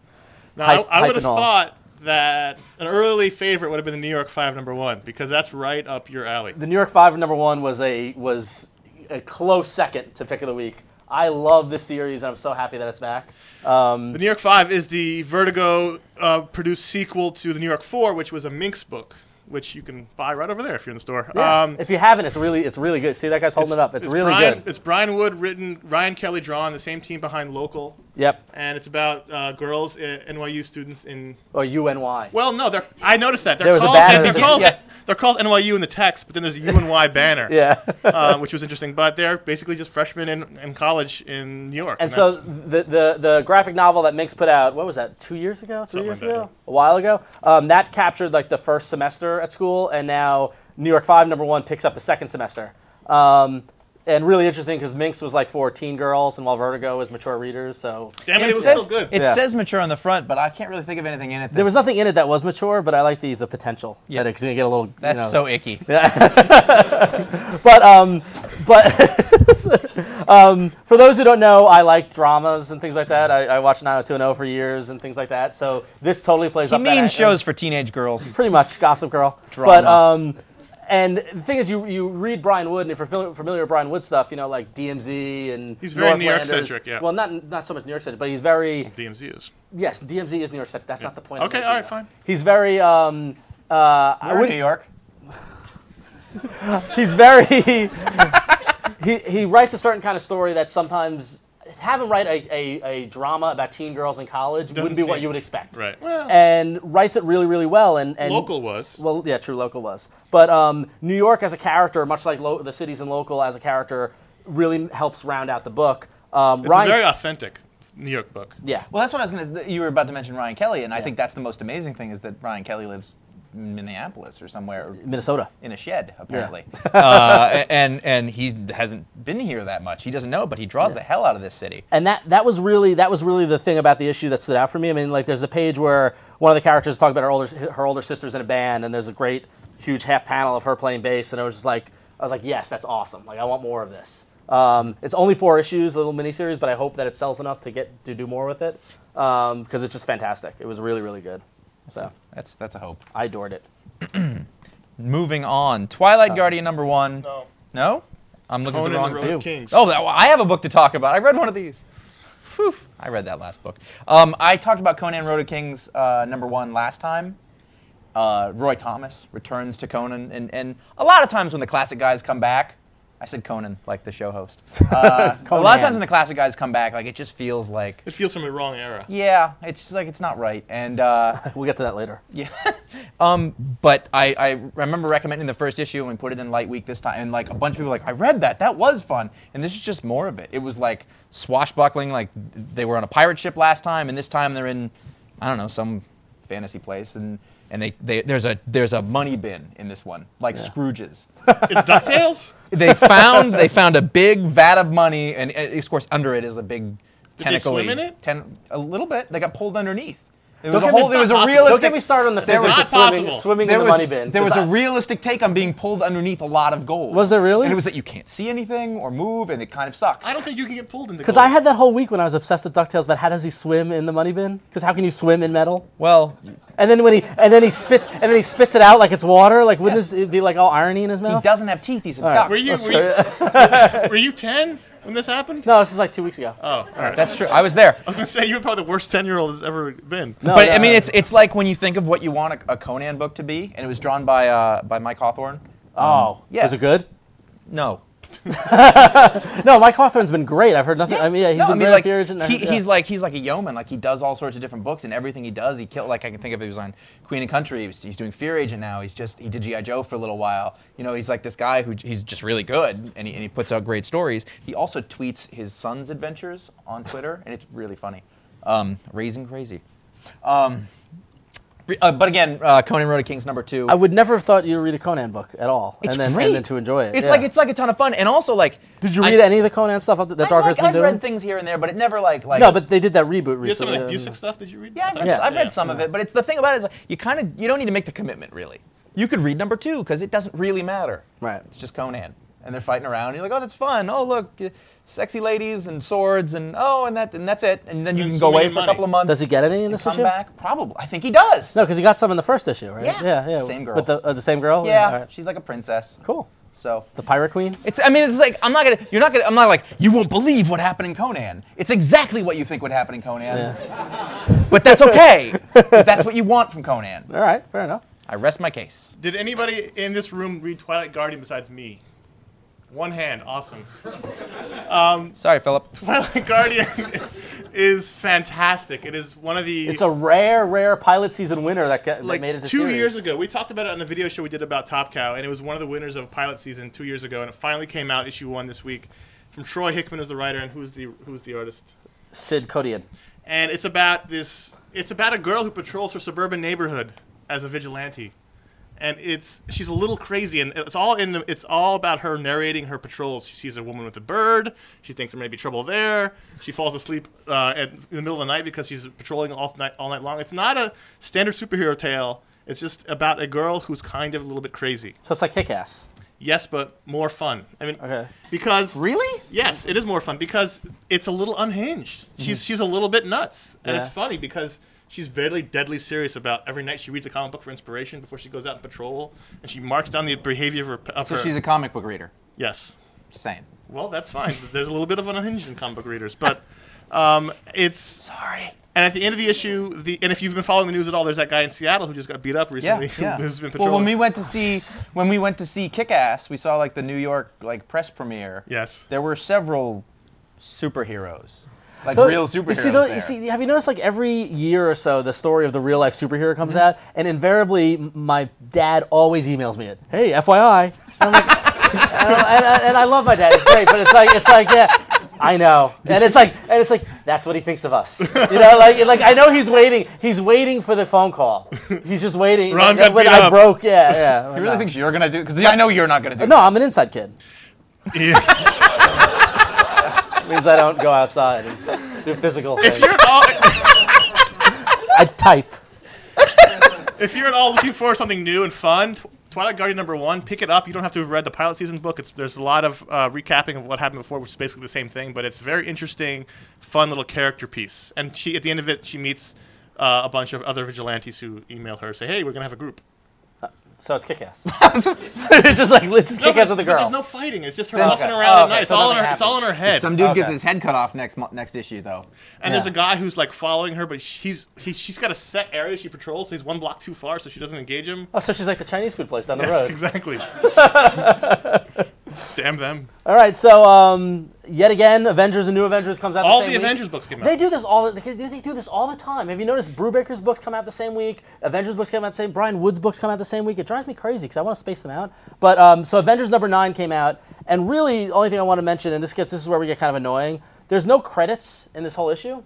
Speaker 4: Now,
Speaker 3: Hype-
Speaker 4: I, I
Speaker 3: hype
Speaker 4: would have
Speaker 3: and all.
Speaker 4: thought that an early favorite would have been the New York Five number one because that's right up your alley.
Speaker 3: The New York Five number one was a was a close second to pick of the week. I love this series, and I'm so happy that it's back. Um,
Speaker 4: The New York Five is the Vertigo uh, produced sequel to the New York Four, which was a Minx book, which you can buy right over there if you're in the store. Um,
Speaker 3: Yeah. if you haven't, it's really it's really good. See that guy's holding it up. It's, really
Speaker 4: Brian,
Speaker 3: good.
Speaker 4: It's Brian Wood written, Ryan Kelly drawn, the same team behind Local,
Speaker 3: Yep.
Speaker 4: and it's about uh, girls, uh, NYU students in.
Speaker 3: Or UNY.
Speaker 4: Well, no, they're, I noticed that they're
Speaker 3: There was a
Speaker 4: called
Speaker 3: banner
Speaker 4: they're
Speaker 3: that-
Speaker 4: called
Speaker 5: yeah.
Speaker 4: they're called NYU in the text, but then there's a
Speaker 3: [laughs]
Speaker 4: UNY banner,
Speaker 3: yeah.
Speaker 4: uh, which was interesting. But they're basically just freshmen in, in college in New York,
Speaker 3: and so
Speaker 4: that's-
Speaker 3: the, the the graphic novel that Minx put out, what was that? Two years ago? Three
Speaker 4: Something
Speaker 3: years
Speaker 4: like that,
Speaker 3: ago?
Speaker 4: yeah.
Speaker 3: A while ago. Um, that captured like the first semester at school, and now New York Five number one picks up the second semester. Um, and really interesting because Minx was like for teen girls, and while Vertigo is mature readers. So
Speaker 4: Damn it, it was
Speaker 5: says,
Speaker 4: still good.
Speaker 5: It
Speaker 3: Yeah.
Speaker 5: says mature on the front, but I can't really think of anything in it. That,
Speaker 3: there was nothing in it that was mature, but I like the the potential. Yeah, that it's gonna get a little.
Speaker 5: that's
Speaker 3: you know,
Speaker 5: so icky.
Speaker 3: but um, but [laughs] um, for those who don't know, I like dramas and things like that. I, I watched 90210 for years and things like that. So this totally plays.
Speaker 5: You
Speaker 3: up that
Speaker 5: mean
Speaker 3: act-
Speaker 5: shows for teenage girls?
Speaker 3: pretty much Gossip Girl. But
Speaker 5: Drama.
Speaker 3: um, and the thing is, you you read Brian Wood, and if you're fami- familiar with Brian Wood stuff, you know like DMZ and
Speaker 4: He's very New York
Speaker 3: Northlanders.
Speaker 4: centric, yeah.
Speaker 3: Well, not not so much New York centric, but he's very
Speaker 4: DMZ is.
Speaker 3: yes. DMZ is New York centric. That's not the point. I'm
Speaker 4: Okay,
Speaker 3: making,
Speaker 4: all right,
Speaker 3: though.
Speaker 4: fine.
Speaker 3: He's very um, uh, I
Speaker 5: We're in
Speaker 3: would
Speaker 5: New York.
Speaker 3: he's very [laughs] he, he writes a certain kind of story that sometimes have him write a, a, a drama about teen girls in college wouldn't be what
Speaker 4: seem-
Speaker 3: you would expect
Speaker 4: Right. Well,
Speaker 3: and writes it really really well and, and
Speaker 4: local was.
Speaker 3: well yeah true local was but um, new york as a character much like lo- the cities and local as a character really helps round out the book um,
Speaker 4: it's
Speaker 3: Ryan,
Speaker 4: a very authentic New York book.
Speaker 3: yeah
Speaker 5: Well, that's what I was going to. You were about to mention Ryan Kelly, and I think that's the most amazing thing is that Ryan Kelly lives in Minneapolis or somewhere
Speaker 3: minnesota
Speaker 5: in a shed, apparently. [laughs]
Speaker 3: [laughs]
Speaker 5: uh, and and he hasn't been here that much. He doesn't know, but he draws the hell out of this city.
Speaker 3: and that that was really that was really the thing about the issue that stood out for me. I mean, like there's a page where one of the characters talk about her older her older sister's in a band, and there's a great huge half panel of her playing bass, and I was just like, I was like, yes, that's awesome. Like I want more of this. Um, it's only four issues, a little miniseries, but I hope that it sells enough to get to do more with it because it's just fantastic. It was really really good. So
Speaker 5: That's that's a hope.
Speaker 3: I adored it.
Speaker 5: Moving on,
Speaker 3: Uh,
Speaker 5: Twilight Guardian number one.
Speaker 4: No.
Speaker 5: No, I'm looking
Speaker 4: Conan
Speaker 5: at the
Speaker 4: the
Speaker 5: wrong
Speaker 4: Rose
Speaker 5: two.
Speaker 4: Kings.
Speaker 5: Oh, that- well, I have a book to talk about. I read one of these. Whew. I read that last book. Um, I talked about Conan Road to Kings uh, number one last time. Uh, Roy Thomas returns to Conan, and, and a lot of times when the classic guys come back, I said Conan like the show
Speaker 4: [laughs]
Speaker 5: host. Uh, a lot of
Speaker 3: Conan.
Speaker 5: times when the classic guys come back, like it just feels like
Speaker 4: It feels from a wrong era.
Speaker 5: yeah, it's just like it's not right. And uh,
Speaker 3: We'll get to that later.
Speaker 5: but I, I remember recommending the first issue and we put it in Light Week this time, and like a bunch of people were like, I read that, that was fun, and this is just more of it. It was like swashbuckling, like they were on a pirate ship last time, and this time they're in, I don't know, some fantasy place, and and they, they there's a there's a money bin in this one, like Scrooges
Speaker 4: It's Ducktales.
Speaker 5: they found they found a big vat of money, and uh, of course under it is a big
Speaker 4: they
Speaker 5: tentacle.
Speaker 4: swim in it?
Speaker 5: Ten, a little bit. They got pulled underneath. It was
Speaker 3: Don't
Speaker 5: a
Speaker 3: get me-
Speaker 5: whole. There was a
Speaker 4: possible.
Speaker 5: realistic.
Speaker 3: Don't get me started on the
Speaker 5: There
Speaker 3: physics
Speaker 4: was-
Speaker 3: of swimming,
Speaker 4: Possible.
Speaker 3: swimming in
Speaker 5: There
Speaker 3: the
Speaker 5: was,
Speaker 3: money bin.
Speaker 5: there was a
Speaker 3: Because I-
Speaker 5: realistic take on being pulled underneath a lot of gold.
Speaker 3: Was there really?
Speaker 5: And it was that you can't see anything or move, and it kind of sucks.
Speaker 4: I don't think you can get
Speaker 3: [laughs]
Speaker 4: pulled into.
Speaker 3: Because I had that whole week when I was obsessed with Ducktales about how does he swim in the money bin? Because how can you swim in metal?
Speaker 5: well, he
Speaker 3: And then when he and then he spits and then he spits it out like it's water. Like wouldn't this it be like all irony in his mouth?
Speaker 5: doesn't have teeth. He's a duck.
Speaker 4: Were you were you,
Speaker 3: [laughs]
Speaker 4: were you ten when this happened?
Speaker 3: no, this is like two weeks ago.
Speaker 4: Oh, all right.
Speaker 5: That's true. I was there.
Speaker 4: I was gonna say you were probably the worst ten year old that's ever been.
Speaker 3: No,
Speaker 5: but
Speaker 3: no,
Speaker 5: I mean,
Speaker 3: no.
Speaker 5: it's it's like when you think of what you want a, a Conan book to be, and it was drawn by uh, by Mike Hawthorne.
Speaker 3: oh
Speaker 5: yeah.
Speaker 3: Is it good?
Speaker 5: No,
Speaker 3: No, Mike Hawthorne's been great. I've heard nothing. I mean, yeah, he's
Speaker 5: No,
Speaker 3: been
Speaker 5: I mean,
Speaker 3: great
Speaker 5: like,
Speaker 3: at the origin.
Speaker 5: he-
Speaker 3: yeah.
Speaker 5: he's like he's like a yeoman. Like he does all sorts of different books and everything he does, he killed. Like I can think of it he was on Queen and Country. He was- he's doing Fear Agent now. He's just he did GI Joe for a little while. You know, he's like this guy who he's just really good and he, and he puts out great stories. He also tweets his son's adventures on Twitter, and it's really funny. Um, raising crazy. Um, re- uh, but again, uh, Conan Road to Kings number two.
Speaker 3: I would never have thought you'd read a Conan book at all,
Speaker 5: it's
Speaker 3: and then
Speaker 5: great.
Speaker 3: and then to enjoy it.
Speaker 5: It's
Speaker 3: yeah.
Speaker 5: like it's like a ton of fun, and also like.
Speaker 3: Did you
Speaker 5: I-
Speaker 3: read any of the Conan stuff that
Speaker 5: I've,
Speaker 3: Dark Horse
Speaker 5: like,
Speaker 3: been
Speaker 5: I've
Speaker 3: doing?
Speaker 5: read things here and there, but it never like like.
Speaker 3: no, but they did that reboot
Speaker 4: You had some
Speaker 3: recently.
Speaker 4: like
Speaker 3: and-
Speaker 4: Busick stuff. Did you read?
Speaker 5: Yeah, I've read, I've read some of it, but it's the thing about it is like, you kind of you don't need to make the commitment really. You could read number two because it doesn't really matter.
Speaker 3: Right.
Speaker 5: It's just Conan, and they're fighting around. And you're like, oh, that's fun. Oh, look, uh, sexy ladies and swords, and oh, and that, and that's it. And then you
Speaker 4: And
Speaker 5: can go away
Speaker 4: swimming
Speaker 5: for a
Speaker 4: money.
Speaker 5: couple of months.
Speaker 3: Does he get any in
Speaker 5: and
Speaker 3: this
Speaker 5: come
Speaker 3: issue?
Speaker 5: back? Probably. I think he does.
Speaker 3: No, because he got some in the first issue, right?
Speaker 5: Yeah.
Speaker 3: yeah.
Speaker 5: Same girl.
Speaker 3: With the, uh, the same girl.
Speaker 5: Yeah,
Speaker 3: All right.
Speaker 5: she's like a princess.
Speaker 3: Cool.
Speaker 5: So
Speaker 3: The Pirate Queen.
Speaker 5: It's. I mean, it's like I'm not gonna. You're not gonna. I'm not like you won't believe what happened in Conan. It's exactly what you think would happen in Conan. But that's okay. 'cause that's what you want from Conan.
Speaker 3: All right, fair enough.
Speaker 5: I rest my case.
Speaker 4: Did anybody in this room read Twilight Guardian besides me? One hand, awesome. [laughs]
Speaker 5: Sorry, Philip.
Speaker 4: Twilight Guardian is fantastic. It is one of the
Speaker 3: It's a rare, rare pilot season winner that, got,
Speaker 4: like
Speaker 3: that made it to
Speaker 4: two
Speaker 3: series.
Speaker 4: years ago. We talked about it on the video show we did about Top Cow, and it was one of the winners of pilot season two years ago, and it finally came out issue one this week. From Troy Hickman as the writer, and who's the who's the artist?
Speaker 3: Sid Codian.
Speaker 4: And it's about this. It's about a girl who patrols her suburban neighborhood as a vigilante, and it's she's a little crazy, and it's all in. It's all about her narrating her patrols. She sees a woman with a bird. She thinks there may be trouble there. She falls asleep uh, at, in the middle of the night because she's patrolling all night, all night long. It's not a standard superhero tale. It's just about a girl who's kind of a little bit crazy.
Speaker 3: So it's like kick ass.
Speaker 4: Yes, but more fun. I mean,
Speaker 3: Okay.
Speaker 4: because
Speaker 5: Really?
Speaker 4: Yes, it is more fun because it's a little unhinged.
Speaker 5: Mm-hmm.
Speaker 4: She's she's a little bit nuts, and
Speaker 3: Yeah.
Speaker 4: it's funny because she's very deadly serious about every night she reads a comic book for inspiration before she goes out and patrol, and she marks down the behavior of her. Of
Speaker 5: So
Speaker 4: her.
Speaker 5: she's a comic book reader.
Speaker 4: yes.
Speaker 5: Just saying.
Speaker 4: Well, that's fine. There's a little bit of an unhinged in comic book readers, but um, it's
Speaker 5: Sorry.
Speaker 4: and at the end of the issue, the and if you've been following the news at all, there's that guy in Seattle who just got beat up
Speaker 5: Yeah,
Speaker 4: recently.
Speaker 5: yeah.
Speaker 4: [laughs] who's been
Speaker 5: well,
Speaker 4: patrolling.
Speaker 5: when we went to see when we went to see Kick Ass, we saw like the New York like press premiere.
Speaker 4: yes.
Speaker 5: There were several superheroes, like
Speaker 3: But
Speaker 5: real superheroes.
Speaker 3: You see,
Speaker 5: there.
Speaker 3: though- you see, have you noticed like every year or so the story of the real life superhero comes
Speaker 4: Mm-hmm.
Speaker 3: out, and invariably m- my dad always emails me it. Hey, FYI. And I'm like, [laughs] and, I- and, I- and I love my dad. It's great, but it's like it's like yeah. I know, and it's like, and it's like that's what he thinks of us, you know. Like, like I know he's waiting. He's waiting for the phone call. He's just
Speaker 4: [laughs]
Speaker 3: waiting.
Speaker 4: Ron
Speaker 3: Like,
Speaker 4: got
Speaker 3: when
Speaker 4: beat
Speaker 3: I
Speaker 4: up.
Speaker 3: broke, yeah, yeah.
Speaker 5: I really think you're gonna do because I know you're not gonna do.
Speaker 3: no, I'm an inside kid.
Speaker 4: Yeah.
Speaker 3: [laughs] It means I don't go outside and do physical
Speaker 4: if
Speaker 3: things.
Speaker 4: you're all.
Speaker 3: I type.
Speaker 4: if you're at all looking for something new and fun, Tw- Twilight Guardian number one, pick it up. You don't have to have read the pilot season book. It's, there's a lot of uh, recapping of what happened before, which is basically the same thing, but it's a very interesting, fun little character piece. And she, at the end of it, she meets uh, a bunch of other vigilantes who email her say, "Hey, we're gonna have a group."
Speaker 3: So it's kick [laughs] ass. just like let's just kick ass
Speaker 4: there's,
Speaker 3: at the
Speaker 4: but
Speaker 3: girl.
Speaker 4: there's no fighting. It's just her
Speaker 5: Then-
Speaker 4: walking
Speaker 5: Okay.
Speaker 4: around
Speaker 3: Oh,
Speaker 4: at
Speaker 3: okay,
Speaker 4: night. It's
Speaker 3: so
Speaker 4: all in
Speaker 3: nothing
Speaker 4: her. It's all in her head.
Speaker 5: Some dude gets
Speaker 3: Okay.
Speaker 5: his head cut off next mo- next issue though.
Speaker 4: And there's a guy who's like following her, but she's he, she's got a set area she patrols. So he's one block too far, so she doesn't engage him.
Speaker 3: oh, so she's like the Chinese food place down the
Speaker 4: [laughs] Yes,
Speaker 3: road. [laughs]
Speaker 4: exactly. Damn them.
Speaker 3: All right, so um, yet again, Avengers and New Avengers comes out.
Speaker 4: All
Speaker 3: the,
Speaker 4: the
Speaker 3: same week.
Speaker 4: Avengers books came out.
Speaker 3: They do this all. They do, they do this all the time. Have you noticed? Brubaker's books come out the same week. Avengers books come out the same. Brian Wood's books come out the same week. It drives me crazy because I want to space them out. But um, so Avengers number nine came out, and really, the only thing I want to mention, and this gets this is where we get kind of annoying. There's no credits in this whole issue,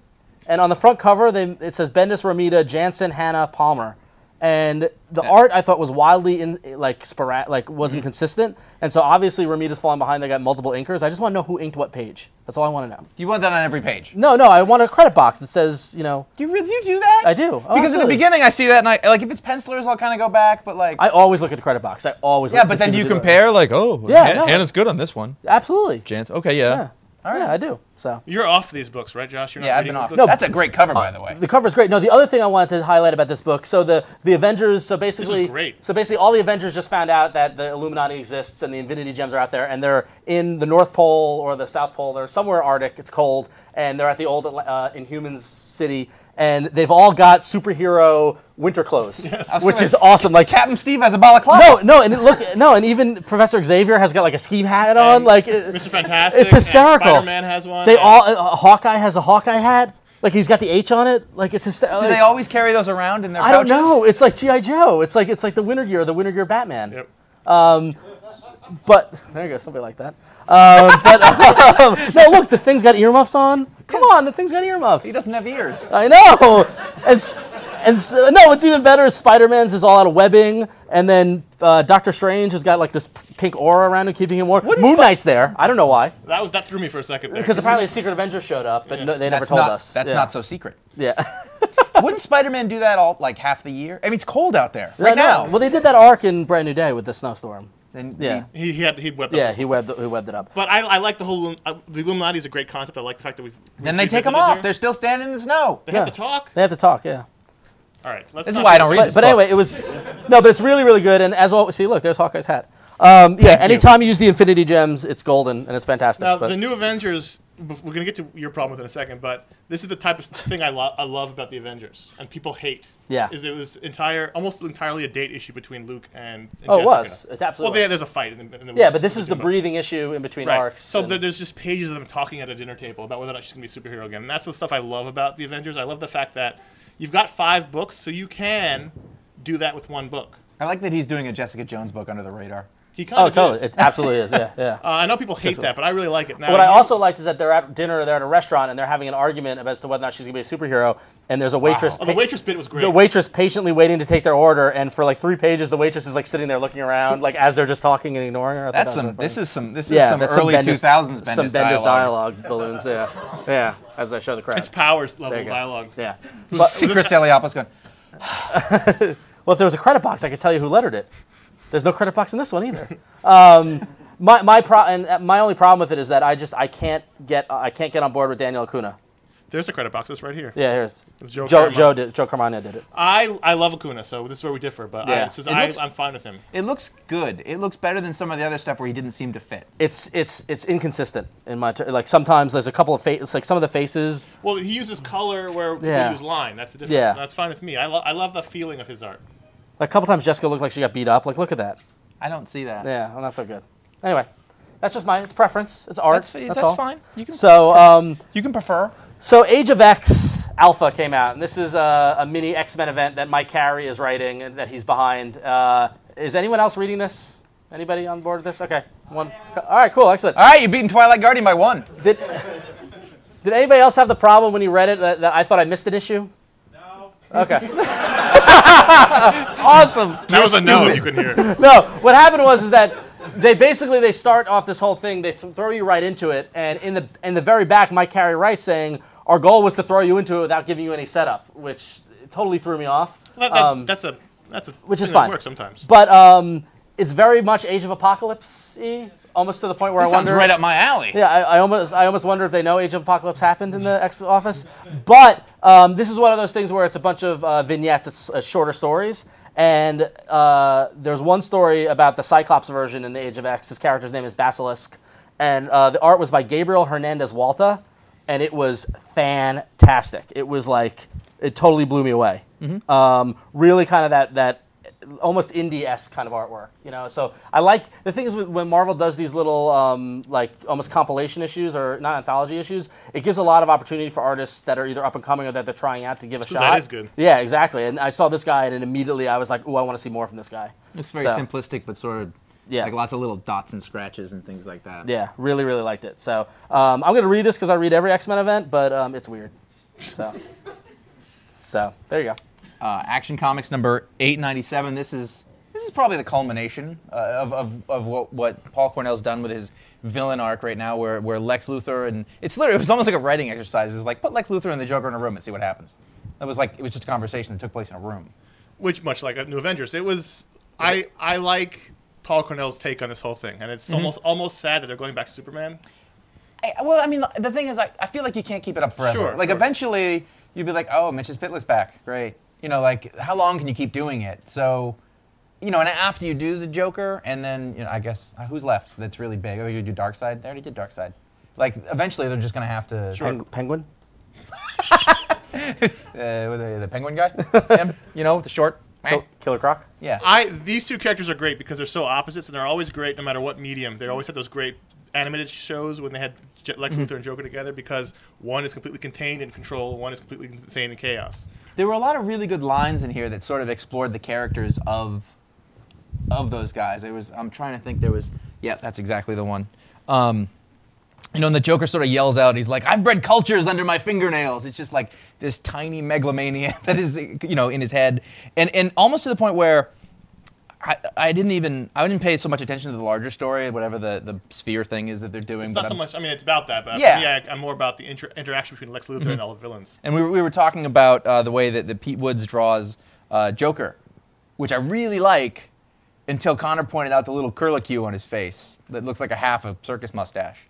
Speaker 3: and on the front cover, they, it says Bendis, Ramita, Jansen, Hannah, Palmer. And the art I thought was wildly in like sporadic, like wasn't consistent, and so obviously Ramita's falling behind. They got multiple inkers. I just want to know who inked what page. That's all I want to know.
Speaker 5: You want that on every page.
Speaker 3: No, no, I want a credit box that says, you know,
Speaker 5: Do you, do you do that?
Speaker 3: I do. Oh,
Speaker 5: because at the
Speaker 3: absolutely.
Speaker 5: beginning I see that and I like if it's pencilers I'll kind of go back, but like
Speaker 3: I always look at the credit box. I always
Speaker 5: yeah,
Speaker 3: look
Speaker 5: but
Speaker 3: to see
Speaker 5: then
Speaker 3: who
Speaker 5: you
Speaker 3: did it.
Speaker 5: compare like oh
Speaker 3: Yeah,
Speaker 5: Han-
Speaker 3: no.
Speaker 5: Hannah's good on this one.
Speaker 3: Absolutely.
Speaker 5: Jance, okay, yeah.
Speaker 3: Yeah. All right. Yeah, I do. So
Speaker 4: You're off these books, right, Josh? You're not
Speaker 5: Yeah, I've
Speaker 4: reading
Speaker 5: been
Speaker 4: these
Speaker 5: off.
Speaker 4: books?
Speaker 5: No, that's a great cover, by the way.
Speaker 3: the cover's great. No, the other thing I wanted to highlight about this book, so the the Avengers, so basically
Speaker 4: great.
Speaker 3: so basically all the Avengers just found out that the Illuminati exists and the Infinity Gems are out there and they're in the North Pole or the South Pole, they're somewhere Arctic, it's cold, and they're at the old uh, Inhumans city and they've all got superhero winter
Speaker 5: [laughs]
Speaker 3: clothes, which is awesome. Like
Speaker 5: Captain [laughs] Steve has a balaclava.
Speaker 3: No, no, and it look, no, and even Professor Xavier has got like a ski hat on,
Speaker 4: And
Speaker 3: like it-
Speaker 4: Mr. Fantastic.
Speaker 3: It's hysterical.
Speaker 4: Spider Man has one.
Speaker 3: They
Speaker 4: and-
Speaker 3: all uh, Hawkeye has a Hawkeye hat, like he's got the H on it, like it's hysterical.
Speaker 5: Do they always carry those around in their
Speaker 3: I don't
Speaker 5: pouches?
Speaker 3: know. It's like GI Joe. It's like it's like the Winter Gear, the Winter Gear Batman. Um,
Speaker 4: Yep.
Speaker 3: But there you go, somebody like that. Um, but [laughs] um, no, look, the thing's got earmuffs on. Come on, the thing's got earmuffs.
Speaker 5: [laughs] He doesn't have ears.
Speaker 3: I know. And s- and s- no, what's even better is Spider-Man's is all out of webbing, and then uh, Doctor Strange has got like this p- pink aura around him, keeping him warm.
Speaker 5: is
Speaker 3: Moon
Speaker 5: Spi-
Speaker 3: Knight's there. I don't know why,
Speaker 4: That was that threw me for a second there.
Speaker 3: because apparently a Secret Avenger showed up, but no, they never
Speaker 5: That's
Speaker 3: told
Speaker 5: not,
Speaker 3: us.
Speaker 5: That's
Speaker 3: Yeah.
Speaker 5: not so secret.
Speaker 3: [laughs] Yeah.
Speaker 5: Wouldn't Spider-Man do that all like half the year? I mean, it's cold out there
Speaker 3: I
Speaker 5: right
Speaker 3: know.
Speaker 5: now.
Speaker 3: Well, they did that arc in Brand New Day with the snowstorm.
Speaker 5: And
Speaker 3: Yeah.
Speaker 4: he, he had he wept.
Speaker 3: Yeah,
Speaker 4: up
Speaker 3: he webbed, he webbed it up.
Speaker 4: But I, I like the whole uh, the Illuminati is a great concept. I like the fact that we've.
Speaker 5: Then they take them off. They're still standing in the snow. [laughs]
Speaker 4: They have
Speaker 3: Yeah.
Speaker 4: to talk.
Speaker 3: They have to talk, yeah.
Speaker 4: All right. Let's
Speaker 5: This is
Speaker 4: not-
Speaker 5: why I don't read
Speaker 3: But,
Speaker 5: this
Speaker 3: but
Speaker 5: book.
Speaker 3: anyway, it was no, but it's really really good. And as always, see, look, there's Hawkeye's hat. Um, yeah, anytime you. use the Infinity Gems, it's golden and it's fantastic.
Speaker 4: Now
Speaker 3: but-
Speaker 4: the new Avengers. bef- We're gonna get to your problem within a second, but this is the type of thing I, lo- I love about the Avengers, and people hate.
Speaker 3: Yeah.
Speaker 4: Is it was entire, almost entirely a date issue between Luke and. and
Speaker 3: Oh, it
Speaker 4: Jessica.
Speaker 3: was. It absolutely
Speaker 4: Well, they,
Speaker 3: was.
Speaker 4: there's a fight. In the, in the
Speaker 3: yeah, but this is the
Speaker 4: between-
Speaker 3: breathing issue in between
Speaker 4: Right.
Speaker 3: arcs.
Speaker 4: So
Speaker 3: and-
Speaker 4: there, there's just pages of them talking at a dinner table about whether or not she's going to be a superhero again. And that's the stuff I love about the Avengers. I love the fact that you've got five books, so you can do that with one book.
Speaker 5: I like that he's doing a Jessica Jones book under the radar.
Speaker 4: He kind
Speaker 3: Oh,
Speaker 4: of
Speaker 3: totally.
Speaker 4: is.
Speaker 3: It absolutely is. Yeah,
Speaker 5: [laughs]
Speaker 3: yeah.
Speaker 4: Uh, I know people hate that, but I really like it. Now,
Speaker 3: what I
Speaker 4: you-
Speaker 3: also liked is that they're at dinner or they're at a restaurant and they're having an argument about as to whether or not she's going to be a superhero. And there's a waitress.
Speaker 4: oh, the waitress bit was great.
Speaker 3: the waitress patiently waiting to take their order, and for like three pages, the waitress is like sitting there looking around, like as they're just talking and ignoring her. I thought
Speaker 5: That's
Speaker 3: that was
Speaker 5: some.
Speaker 3: really
Speaker 5: This
Speaker 3: funny.
Speaker 5: is some. This is
Speaker 3: yeah,
Speaker 5: some
Speaker 3: that's
Speaker 5: early
Speaker 3: Bendis-
Speaker 5: 2000s Bendis,
Speaker 3: some Bendis
Speaker 5: dialogue. [laughs]
Speaker 3: dialogue balloons. Yeah, yeah. As I show the crowd,
Speaker 4: it's powers
Speaker 3: There
Speaker 4: level
Speaker 3: you go.
Speaker 4: dialogue.
Speaker 3: Yeah.
Speaker 5: [laughs] See Chris Eliopoulos going.
Speaker 3: Well, if there was a credit box, I could tell you who lettered it. There's no credit box in this one
Speaker 5: [laughs]
Speaker 3: either. Um, my my pro- and uh, my only problem with it is that I just I can't get I can't get on board with Daniel Acuna.
Speaker 4: There's a credit box. It's right here.
Speaker 3: Yeah, here's
Speaker 4: It's Joe
Speaker 3: Joe
Speaker 4: Carmine.
Speaker 3: Joe, did, Joe Carmine did it.
Speaker 4: I I love Acuna, so this is where we differ. But
Speaker 3: Yeah.
Speaker 4: I, since
Speaker 5: It
Speaker 4: I,
Speaker 5: looks-
Speaker 4: I'm fine with him.
Speaker 5: It looks good. It looks better than some of the other stuff where he didn't seem to fit.
Speaker 3: It's it's it's inconsistent in my ter- like sometimes there's a couple of faces like some of the faces.
Speaker 4: Well, he uses color where we
Speaker 3: Yeah.
Speaker 4: use line. That's the difference.
Speaker 3: Yeah.
Speaker 4: And that's fine with me. I, lo- I love the feeling of his art.
Speaker 3: Like a couple times Jessica looked like she got beat up. Like look at that.
Speaker 5: I don't see that.
Speaker 3: Yeah, well, not so good. Anyway, that's just mine. It's preference. It's art.
Speaker 5: That's, fi- that's
Speaker 3: all.
Speaker 5: fine. You can
Speaker 3: So um,
Speaker 5: you can prefer.
Speaker 3: So Age of X Alpha came out, and this is a, a mini X Men event that Mike Carey is writing and that he's behind. Uh, is anyone else reading this? Anybody on board with this? Okay, one. All right, cool, excellent.
Speaker 5: All right, you beaten Twilight Guardian by one.
Speaker 3: Did, did anybody else have the problem when you read it that, that I thought I missed an issue? No. Okay. [laughs] awesome.
Speaker 4: That was a no if you couldn't hear it.
Speaker 3: No, what happened was is that they basically they start off this whole thing. They th- throw you right into it, and in the in the very back, Mike Carey writes saying our goal was to throw you into it without giving you any setup, which totally threw me off.
Speaker 4: That- that- that's a that's a
Speaker 3: Um, which is
Speaker 4: thing that
Speaker 3: fine.
Speaker 4: works sometimes.
Speaker 3: But um, it's very much Age of Apocalypse, almost to the point where I
Speaker 5: Sounds
Speaker 3: wonder.
Speaker 5: right up my alley.
Speaker 3: Yeah, I, I almost I almost wonder if they know Age of Apocalypse happened in the X office. But um, this is one of those things where it's a bunch of uh, vignettes, it's uh, shorter stories. And uh, there's one story about the Cyclops version in the Age of X. His character's name is Basilisk, and uh, the art was by Gabriel Hernandez Walta, and it was fantastic. It was like it totally blew me away. Um, really, kind of that that almost indie esque kind of artwork, you know. So I like the thing is with- when Marvel does these little um, like almost compilation issues or not anthology issues, it gives a lot of opportunity for artists that are either up and coming or that they're trying out to give a shot.
Speaker 4: is good.
Speaker 3: Yeah, exactly. And I saw this guy, and then immediately I was like, "Ooh, I want to see more from this guy."
Speaker 5: Looks very
Speaker 3: So-
Speaker 5: simplistic, but sort of
Speaker 3: Yeah.
Speaker 5: like lots of little dots and scratches and things like that.
Speaker 3: Yeah, really, really liked it. So um, I'm gonna read this because I read every X Men event, but um, it's weird. So, so there you go.
Speaker 5: Uh, Action Comics number 897. This is this is probably the culmination uh, of, of, of what, what Paul Cornell's done with his villain arc right now, where, where Lex Luthor and it's literally it was almost like a writing exercise. It was like put Lex Luthor and the Joker in a room and see what happens. That was like it was just a conversation that took place in a room.
Speaker 4: which much like New Avengers, it was I I like Paul Cornell's take on this whole thing, and it's almost almost sad that they're going back to Superman.
Speaker 5: I- well, I mean, the thing is, I, I feel like you can't keep it up forever.
Speaker 4: Sure,
Speaker 5: like
Speaker 4: sure.
Speaker 5: eventually, you'd be like, oh, Mitch's Pitlick's back, great. You know, like how long can you keep doing it? So, you know, and after you do the Joker, and then you know, I guess uh, who's left that's really big? Are you gonna do Dark Side? They already did Dark Side. Like eventually, they're just gonna have to. Sure.
Speaker 3: Peng- Penguin.
Speaker 5: Uh, with the, the Penguin guy, [laughs] Him? you know, with the short.
Speaker 3: Kill- Killer Croc.
Speaker 5: Yeah.
Speaker 4: I these two characters are great because they're so opposites, and they're always great no matter what medium. They always had those great animated shows when they had J- Lex Luthor and Joker together because one is completely contained and controlled, one is completely insane and chaos.
Speaker 5: there were a lot of really good lines in here that sort of explored the characters of of those guys. It was I'm trying to think there was yeah, that's exactly the one. Um, you know, and the Joker sort of yells out, he's like, I've bred cultures under my fingernails. It's just like this tiny megalomania [laughs] that is, you know, in his head. And, and almost to the point where I, I didn't even, I didn't pay so much attention to the larger story, whatever the, the sphere thing is that they're doing.
Speaker 4: It's
Speaker 5: but
Speaker 4: not so
Speaker 5: I'm-
Speaker 4: much. I mean, it's about that, but
Speaker 5: Yeah.
Speaker 4: yeah, I, I'm more about the inter- interaction between Lex Luthor and all the villains.
Speaker 5: And we were, we were talking about uh, the way that, that Pete Woods draws uh, Joker, which I really like until Connor pointed out the little curlicue on his face that looks like a half a circus [laughs] mustache.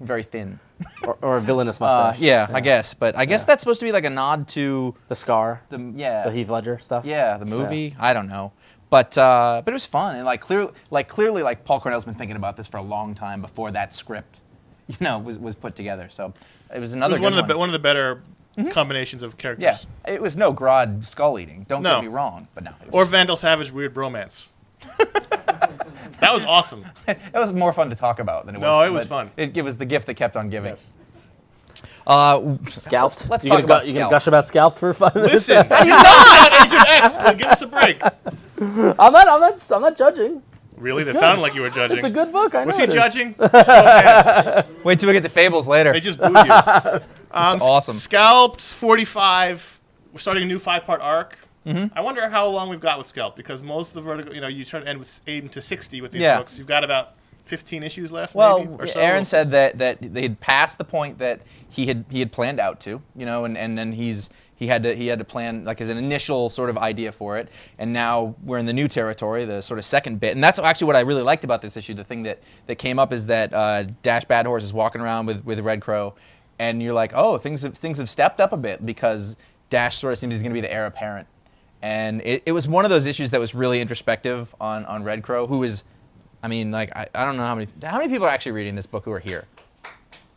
Speaker 5: Very thin.
Speaker 3: Or, or a villainous
Speaker 5: Uh,
Speaker 3: mustache.
Speaker 5: yeah, I guess. But I guess
Speaker 3: Yeah.
Speaker 5: that's supposed to be like a nod to
Speaker 3: The scar.
Speaker 5: the yeah
Speaker 3: the Heath Ledger stuff.
Speaker 5: yeah the movie. I don't know. But uh, but it was fun and like clearly like clearly like Paul Cornell's been thinking about this for a long time before that script, [laughs] you know, was, was put together. So it was
Speaker 4: It
Speaker 5: another
Speaker 4: was one Mm-hmm. of
Speaker 5: good
Speaker 4: the be- one of the better combinations of characters.
Speaker 5: Yeah, it was no Grodd skull eating. Don't
Speaker 4: No.
Speaker 5: get me wrong, but no, it
Speaker 4: Or
Speaker 5: was,
Speaker 4: Vandal Savage weird bromance. [laughs] that was awesome.
Speaker 5: it was more fun to talk about than it
Speaker 4: No,
Speaker 5: was.
Speaker 4: it was
Speaker 5: but
Speaker 4: fun.
Speaker 5: It, it was the gift that kept on giving. Uh, w-
Speaker 3: Scalped.
Speaker 5: let's
Speaker 3: you
Speaker 5: talk
Speaker 3: gonna
Speaker 5: about
Speaker 3: gu- You gonna
Speaker 5: Scalped.
Speaker 3: gush about Scalped for five minutes?
Speaker 4: Listen, how do you not Agent X? Like, give us a break.
Speaker 3: I'm not. I'm not. I'm not judging.
Speaker 4: Really? That sounded like you were judging.
Speaker 3: It's a good book. I know
Speaker 4: Was he
Speaker 3: it is.
Speaker 5: [laughs]
Speaker 4: judging? No offense.
Speaker 5: Wait till we get to Fables later.
Speaker 4: They just booed you. Um, s-
Speaker 5: awesome.
Speaker 4: Scalped 45. We're starting a new five part arc.
Speaker 5: Mm-hmm.
Speaker 4: I wonder how long we've got with Scalped because most of the vertical, you know, you try to end with 8 to 60 with these
Speaker 5: Yeah.
Speaker 4: books. You've got about 15 issues left. maybe,
Speaker 5: Well,
Speaker 4: or so.
Speaker 5: Aaron said that, that they had passed the point that he had he had planned out to, you know, and, and then he's he had to he had to plan like as an initial sort of idea for it, and now we're in the new territory, the sort of second bit, and that's actually what I really liked about this issue. The thing that that came up is that uh, Dash Bad Horse is walking around with with Red Crow, and you're like, oh, things have things have stepped up a bit because Dash sort of seems he's going to be the heir apparent. And it, it was one of those issues that was really introspective on, on Red Crow, who is I mean, like, I, I don't know how many how many people are actually reading this book who are here.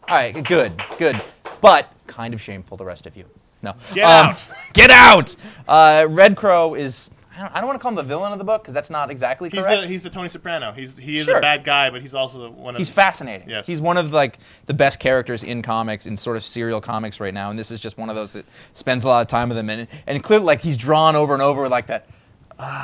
Speaker 5: All right, good, good, but kind of shameful. The rest of you, no, Um,
Speaker 4: Get out.
Speaker 5: [laughs] get out. Uh, Red Crow is I don't, I don't want to call him the villain of the book because that's not exactly
Speaker 4: He's
Speaker 5: correct.
Speaker 4: the, he's the Tony Soprano. He's he is
Speaker 5: Sure.
Speaker 4: a bad guy, but he's also the, one of
Speaker 5: He's fascinating.
Speaker 4: Yes.
Speaker 5: He's one of like the best characters in comics, in sort of serial comics right now, and this is just one of those that spends a lot of time with him. And and clearly, like he's drawn over and over like that. Uh,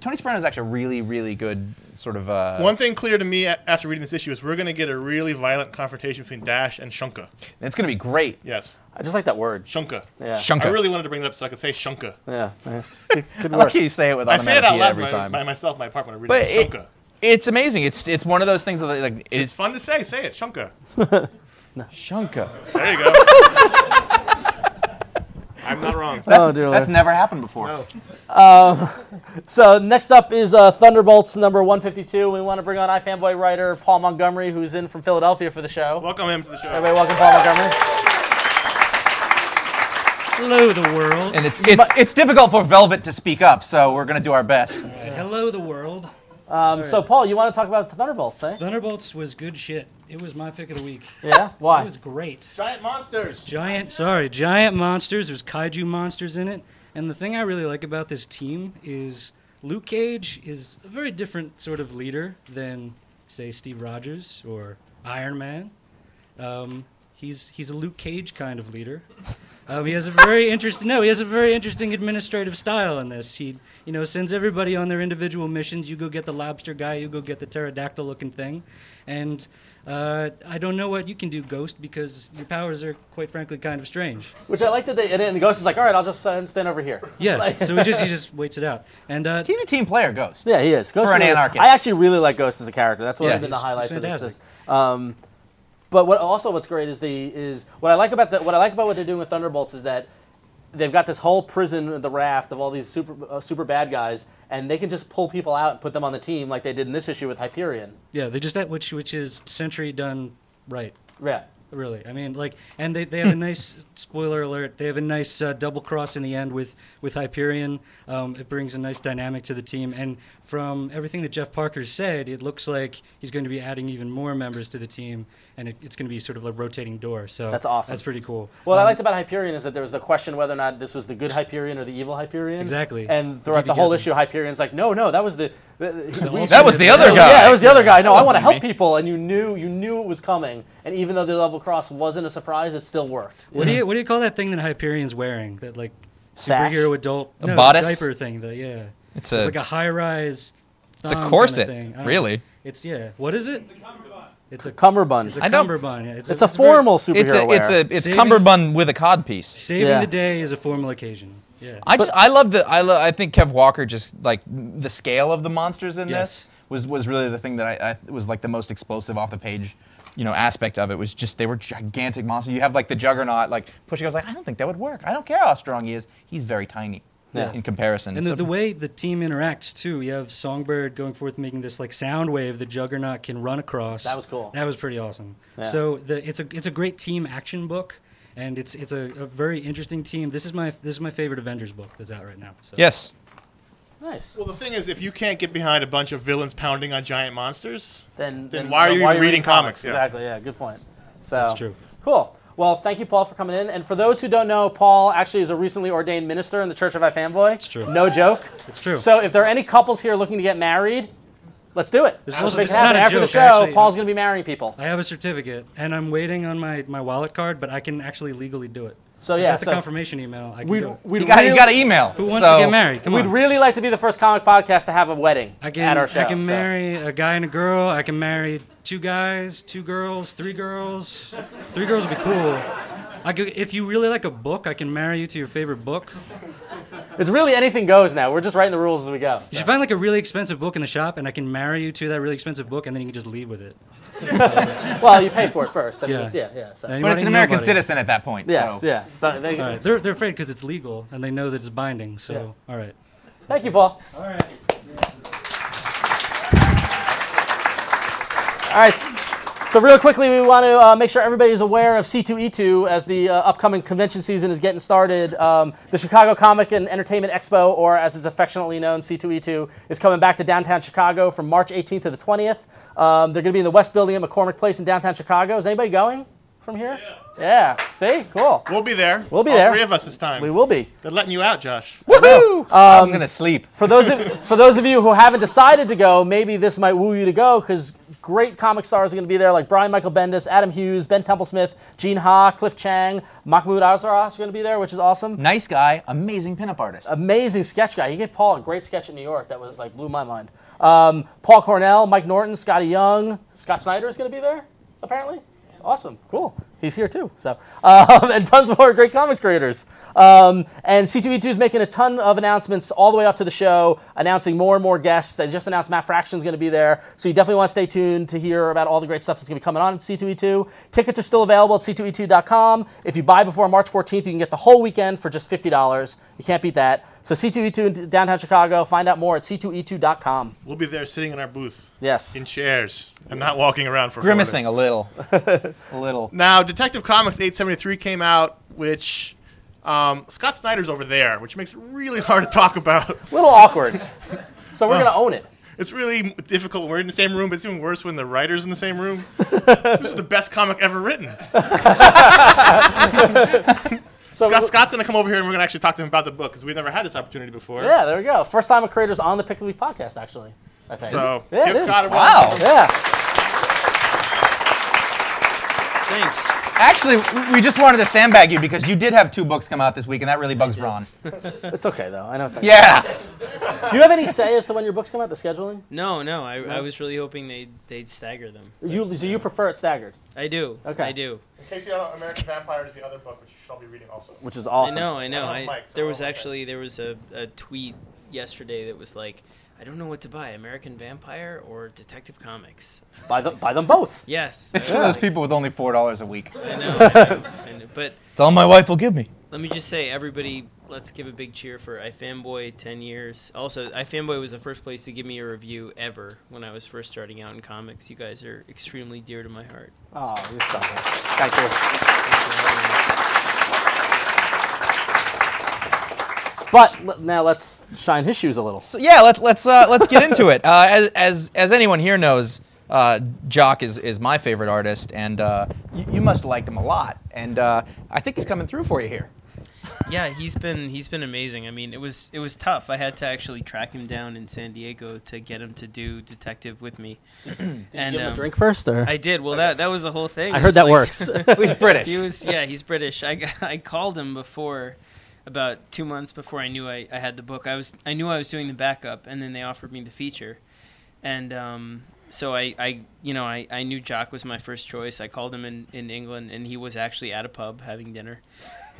Speaker 5: Tony Soprano is actually a really, really good sort of. Uh,
Speaker 4: One thing clear to me a- after reading this issue is we're going to get a really violent confrontation between Dash and Shunka.
Speaker 5: It's going to be great.
Speaker 4: Yes,
Speaker 3: I just like that word.
Speaker 4: Shunka.
Speaker 3: Yeah.
Speaker 5: Shunka.
Speaker 4: I really wanted to bring it up so I could say Shunka.
Speaker 3: Yeah. Nice.
Speaker 5: [laughs]
Speaker 3: Good, good
Speaker 5: I
Speaker 3: work.
Speaker 5: like how you say it with
Speaker 4: I say it
Speaker 5: onomatopoeia
Speaker 4: out loud
Speaker 5: every
Speaker 4: by,
Speaker 5: time.
Speaker 4: by myself in my apartment. I read
Speaker 5: but
Speaker 4: it,
Speaker 5: it,
Speaker 4: Shunka.
Speaker 5: it's amazing. It's it's one of those things that like
Speaker 4: It's
Speaker 5: it's
Speaker 4: fun to say. Say it, Shunka.
Speaker 5: shunka.
Speaker 4: There you go. I'm not wrong.
Speaker 3: oh, dear Lord.
Speaker 5: That's never happened before.
Speaker 4: No.
Speaker 3: So next up is uh, Thunderbolts number 152. We want to bring on iFanboy writer Paul Montgomery, who's in from Philadelphia for the show.
Speaker 4: Welcome him to the show.
Speaker 3: Everybody, welcome Paul Montgomery.
Speaker 6: Hello, the world.
Speaker 5: And it's it's it's difficult for Velvet to speak up, so we're gonna do our best.
Speaker 6: Hello, the world.
Speaker 3: Um, so Paul, you want to talk about the Thunderbolts, eh?
Speaker 6: Thunderbolts was good shit. It was my pick of the week.
Speaker 3: Yeah.
Speaker 6: It
Speaker 3: Why?
Speaker 6: was great.
Speaker 4: Giant monsters.
Speaker 6: Giant, sorry, giant monsters. There's kaiju monsters in it. And the thing I really like about this team is Luke Cage is a very different sort of leader than, say, Steve Rogers or Iron Man. Um, he's he's a Luke Cage kind of leader. Um, he has a very interesting no. He has a very interesting administrative style in this. He you know sends everybody on their individual missions. You go get the lobster guy. You go get the pterodactyl looking thing, and uh, I don't know what you can do, Ghost, because your powers are quite frankly kind of strange.
Speaker 3: Which I like that they and then the ghost is like, all right, I'll just uh, stand over here.
Speaker 6: Yeah. [laughs] so he just he just waits it out. And uh,
Speaker 5: He's a team player, Ghost.
Speaker 3: Yeah, he is. Ghost
Speaker 5: For an
Speaker 3: is-
Speaker 5: anarchist.
Speaker 3: I actually really like Ghost as a character. That's one
Speaker 5: Yeah,
Speaker 3: of been the
Speaker 6: he's-
Speaker 3: highlights
Speaker 6: he's
Speaker 3: of this.
Speaker 6: fantastic.
Speaker 3: is- Um, but what also what's great is the is what I like about the, what I like about what they're doing with Thunderbolts is that they've got this whole prison, the raft of all these super uh, super bad guys, and they can just pull people out and put them on the team like they did in this issue with Hyperion.
Speaker 6: yeah, they just that which which is Century done right.
Speaker 3: Yeah.
Speaker 6: Really, I mean, like, and they, they have a nice spoiler alert. They have a nice uh, double cross in the end with with Hyperion. Um, it brings a nice dynamic to the team, and from everything that Jeff Parker said, it looks like he's going to be adding even more members to the team, and it, it's going to be sort of like rotating door. So
Speaker 3: That's awesome.
Speaker 6: That's pretty cool.
Speaker 3: What I
Speaker 6: Um,
Speaker 3: liked about Hyperion is that there was the question whether or not this was the good Hyperion or the evil Hyperion.
Speaker 6: Exactly.
Speaker 3: And
Speaker 6: They
Speaker 3: throughout
Speaker 6: keep
Speaker 3: the whole issue,
Speaker 6: guessing.
Speaker 3: Hyperion's like, no, no, that was the. the- the- we-
Speaker 6: That
Speaker 5: was the other guy.
Speaker 3: Yeah, that was the other guy. No, I
Speaker 5: That
Speaker 3: want to
Speaker 5: wasn't
Speaker 3: help
Speaker 5: me.
Speaker 3: people, and you knew you knew it was coming. And even though the double cross wasn't a surprise, it still worked.
Speaker 6: what do you what do you call that thing that Hyperion's wearing? That like
Speaker 3: Sash?
Speaker 6: superhero adult no,
Speaker 5: bodice?
Speaker 6: diaper thing. That yeah,
Speaker 5: It's
Speaker 6: it's
Speaker 5: a-
Speaker 6: like a high rise.
Speaker 5: It's a corset, really.
Speaker 6: It's yeah. What is it? It's a
Speaker 3: Cummerbund. It's
Speaker 6: It's
Speaker 3: a,
Speaker 6: a
Speaker 5: I know.
Speaker 6: cummerbund. yeah. It's, very-
Speaker 3: formal superhero
Speaker 5: It's a
Speaker 3: wear.
Speaker 5: it's a it's
Speaker 6: Saving-
Speaker 5: cummerbund with a cod piece.
Speaker 6: saving
Speaker 3: Yeah.
Speaker 6: the day is a formal occasion. Yeah.
Speaker 5: I just I love the I lo- I think Kev Walker just like the scale of the monsters in
Speaker 6: Yes.
Speaker 5: this was was really the thing that I, I was like the most explosive off the page. You know, aspect of it was just they were gigantic monsters. You have like the Juggernaut, like pushing. I was like, I don't think that would work. I don't care how strong he is. He's very tiny
Speaker 3: Yeah.
Speaker 5: in comparison.
Speaker 6: and the,
Speaker 5: So-
Speaker 6: the way the team interacts too, you have Songbird going forth making this like sound wave the Juggernaut can run across.
Speaker 3: That was cool.
Speaker 6: That was pretty awesome. So the, it's a it's a great team action book, and it's it's a, a very interesting team. This is my this is my favorite Avengers book that's out right now. So.
Speaker 5: yes,
Speaker 3: nice.
Speaker 4: Well, the thing is, if you can't get behind a bunch of villains pounding on giant monsters,
Speaker 3: Then,
Speaker 4: then why are you even reading comics? Yeah.
Speaker 3: Exactly. Yeah. Good point. So that's
Speaker 6: true.
Speaker 3: Cool. Well, thank you, Paul, for coming in. And for those who don't know, Paul actually is a recently ordained minister in the Church of iFanboy. It's
Speaker 6: true.
Speaker 3: No joke.
Speaker 6: it's true.
Speaker 3: So if there are any couples here looking to get married, let's do it.
Speaker 6: This
Speaker 3: Let's
Speaker 6: is-
Speaker 3: make
Speaker 6: this
Speaker 3: it
Speaker 6: is
Speaker 3: happen.
Speaker 6: not a
Speaker 3: After the
Speaker 6: joke,
Speaker 3: show,
Speaker 6: actually.
Speaker 3: Paul's going to be marrying people.
Speaker 6: I have a certificate, and I'm waiting on my my wallet card, but I can actually legally do it.
Speaker 3: So yeah,
Speaker 6: Got the
Speaker 3: so
Speaker 6: confirmation email. I can
Speaker 3: we'd,
Speaker 6: do it.
Speaker 3: we'd
Speaker 5: You got,
Speaker 3: really,
Speaker 5: you got an email.
Speaker 6: Who wants
Speaker 5: So-
Speaker 6: to get married? Come
Speaker 3: we'd
Speaker 6: on.
Speaker 3: really like to be the first comic podcast to have a wedding
Speaker 6: I can,
Speaker 3: at our show.
Speaker 6: I can
Speaker 3: so.
Speaker 6: marry a guy and a girl. I can marry two guys, two girls, three girls. Three girls would be cool. I could, if you really like a book, I can marry you to your favorite book.
Speaker 3: It's really anything goes now. We're just writing the rules as we go.
Speaker 6: You should find like a really expensive book in the shop, and I can marry you to that really expensive book, and then you can just leave with it.
Speaker 3: Well, you pay for it first. I mean,
Speaker 6: Yeah.
Speaker 3: it's- yeah, yeah. So.
Speaker 6: And you
Speaker 5: But
Speaker 6: don't
Speaker 5: it's
Speaker 6: need
Speaker 5: an American
Speaker 6: nobody.
Speaker 5: citizen at that point.
Speaker 3: Yes,
Speaker 5: so.
Speaker 3: yeah. It's not- they-
Speaker 6: All right, they're they're afraid because it's legal, and they know that it's binding. So all right.
Speaker 3: Thank you, Paul. All right. All right. s- So real quickly, we want to uh, make sure everybody is aware of C2E2 as the uh, upcoming convention season is getting started. Um, the Chicago Comic and Entertainment Expo, or as it's affectionately known, C2E2, is coming back to downtown Chicago from March 18th to the 20th. Um, they're going to be in the West Building at McCormick Place in downtown Chicago. Is anybody going from here? Yeah. See, cool.
Speaker 4: We'll be there.
Speaker 3: We'll be
Speaker 4: All
Speaker 3: there.
Speaker 4: three of us this time.
Speaker 3: We will be.
Speaker 4: They're letting you out, Josh.
Speaker 5: Woohoo! I'm gonna sleep.
Speaker 3: Um, for those of, for those of you who haven't decided to go, maybe this might woo you to go because great comic stars are going to be there, like Brian Michael Bendis, Adam Hughes, Ben Temple Smith, Gene Ha, Cliff Chang, Mahmoud Azaras are going to be there, which is awesome.
Speaker 5: Nice guy, amazing pinup artist.
Speaker 3: Amazing sketch guy. He gave Paul a great sketch in New York that was like blew my mind. Um, Paul Cornell, Mike Norton, Scotty Young, Scott Snyder is going to be there apparently. Awesome, cool. He's here too. So [laughs] um, and tons more great comics creators. Um, and C2E2 is making a ton of announcements all the way up to the show, announcing more and more guests. They just announced Matt Fraction's going to be there, so you definitely want to stay tuned to hear about all the great stuff that's going to be coming on at C2E2. Tickets are still available at c2e2.com. If you buy before March 14th, you can get the whole weekend for just $50. You can't beat that. So C2E2 in downtown Chicago. Find out more at c2e2.com.
Speaker 4: We'll be there sitting in our booth
Speaker 3: Yes.
Speaker 4: in chairs and not walking around for
Speaker 5: Grimacing a
Speaker 3: [laughs]
Speaker 5: little, a little.
Speaker 4: Now, Detective Comics 873 came out, which um, Scott Snyder's over there, which makes it really hard to talk about. [laughs]
Speaker 3: A little awkward. [laughs] so we're going to own it.
Speaker 4: It's really difficult when we're in the same room, but it's even worse when the writer's in the same
Speaker 3: [laughs]
Speaker 4: room. this is the best comic ever written. Scott, Scott's going to come over here and we're going to actually talk to him about the book because we've never had this opportunity before.
Speaker 3: Yeah, there we go. First time a creator's on the Pick of the Week podcast, actually. I think.
Speaker 4: So
Speaker 3: Yeah, it
Speaker 4: give
Speaker 3: is.
Speaker 4: Scott a round.
Speaker 5: Wow.
Speaker 3: Yeah.
Speaker 6: Thanks.
Speaker 5: Actually, we just wanted to sandbag you because you did have two books come out this week, and that really bugs Ron.
Speaker 3: It's okay, though. I know it's not.
Speaker 5: Yeah.
Speaker 3: Do you have any say as to when your books come out, the scheduling?
Speaker 7: No, no. I, I was really hoping they they'd stagger them.
Speaker 3: You, do you prefer it staggered,
Speaker 7: I do.
Speaker 3: Okay.
Speaker 7: I do.
Speaker 4: In case you don't know, uh, American Vampire is the other book, which you shall be reading also.
Speaker 3: which is awesome.
Speaker 7: I know. I know.
Speaker 4: I'm on
Speaker 7: I,
Speaker 4: mic, so
Speaker 7: there
Speaker 4: I'll
Speaker 7: was
Speaker 4: look at it.
Speaker 7: actually there was a, a tweet yesterday that was like, I don't know what to buy: American Vampire or Detective Comics.
Speaker 3: Buy, the, buy them both.
Speaker 7: Yes.
Speaker 5: It's for those people with only four dollars a week. [laughs]
Speaker 7: I know. I know, I know. But
Speaker 5: It's all my wife will give me.
Speaker 7: let me just say, everybody, let's give a big cheer for iFanboy 10 years. Also, iFanboy was the first place to give me a review ever when I was first starting out in comics. You guys are extremely dear to my heart.
Speaker 3: Oh, you're so nice. Thank you. But l- now let's shine his shoes a little.
Speaker 5: So yeah, let's let's uh, let's get into it. Uh, as as as anyone here knows, uh, Jock is is my favorite artist, and uh, you, you must have liked him a lot. And uh, I think he's coming through for you here.
Speaker 7: yeah he's been he's been amazing i mean it was it was tough i had to actually track him down in san diego to get him to do detective
Speaker 3: [clears throat]
Speaker 7: with me and
Speaker 3: Give him
Speaker 7: um,
Speaker 3: a drink first, or
Speaker 7: i did well that that was the whole thing
Speaker 3: I
Speaker 7: It
Speaker 3: heard
Speaker 7: was
Speaker 3: that
Speaker 7: like-
Speaker 3: works. [laughs]
Speaker 7: [laughs]
Speaker 5: He's
Speaker 7: he
Speaker 5: British.
Speaker 7: was yeah he's british i got- i called him before about two months before i knew I, I had the book i was i knew i was doing the backup and then they offered me the feature and um so I, I you know I, I knew Jock was my first choice. I called him in, in England and he was actually at a pub having dinner.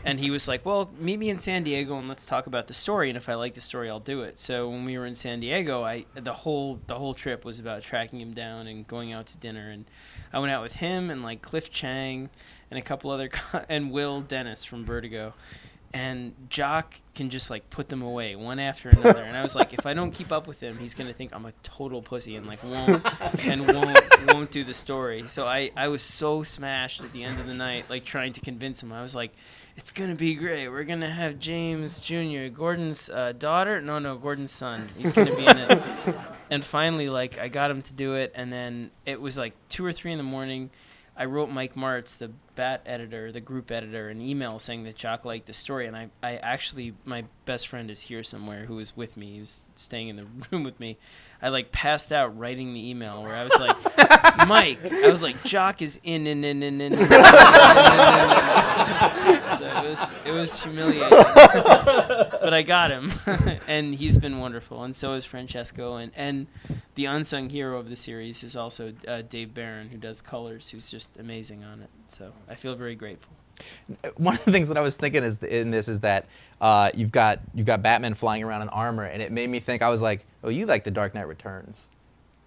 Speaker 7: And he was like, Well, meet me in San Diego and let's talk about the story and if I like the story I'll do it. So when we were in San Diego I the whole the whole trip was about tracking him down and going out to dinner and I went out with him and like Cliff Chang and a couple other co- [laughs] and Will Dennis from Vertigo. And Jock can just like put them away one after another, and I was like, if I don't keep up with him, he's gonna think I'm a total pussy and like won't and won't won't do the story. So I I was so smashed at the end of the night, like trying to convince him. I was like, it's gonna be great. We're gonna have James Jr. Gordon's uh, daughter. No, no, Gordon's son. He's gonna be in it and finally like i got him to do it and then it was like two or three in the morning i wrote mike martz the bat editor the group editor an email saying that jock liked the story and i, I actually my best friend is here somewhere who was with me he was staying in the room with me i like passed out writing the email where i was like mike i was like jock is in in in in in, in, in, in, in, in. so it was it was humiliating. but I got him, and he's been wonderful, and so is Francesco, and and the unsung hero of the series is also uh, Dave Barron, who does colors, who's just amazing on it. So I feel very grateful.
Speaker 5: [laughs] one of the things that I was thinking is in this is that uh, you've got you've got Batman flying around in armor, and it made me think. I was like, oh, you like the Dark Knight Returns?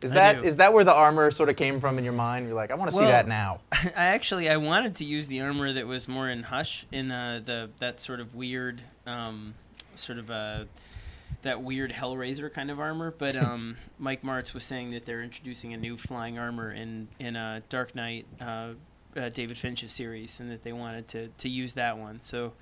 Speaker 5: Is
Speaker 7: I
Speaker 5: that is
Speaker 7: do.
Speaker 5: that where the armor sort of came from in your mind? You're like, I want to see
Speaker 7: Well-
Speaker 5: that now.
Speaker 7: [laughs] I actually I wanted to use the armor that was more in Hush in uh, the that sort of weird um, sort of uh, that weird Hellraiser kind of armor, but um, Mike Martz was saying that they're introducing a new flying armor in in uh, Dark Knight uh, uh, David Finch's series, and that they wanted to to use that one. So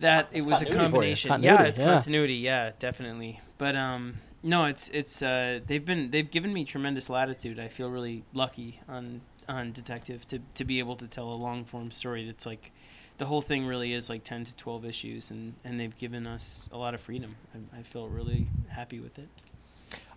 Speaker 7: that it was a
Speaker 3: continuity for you.
Speaker 7: combination. Yeah,
Speaker 3: Continuity,
Speaker 7: it's
Speaker 3: yeah.
Speaker 7: continuity. Yeah, definitely. But um, no, it's it's uh, they've been they've given me tremendous latitude. I feel really lucky on on Detective to to be able to tell a long form story that's like. The whole thing really is like ten to twelve issues, and, and they've given us a lot of freedom. I, I feel really happy with it.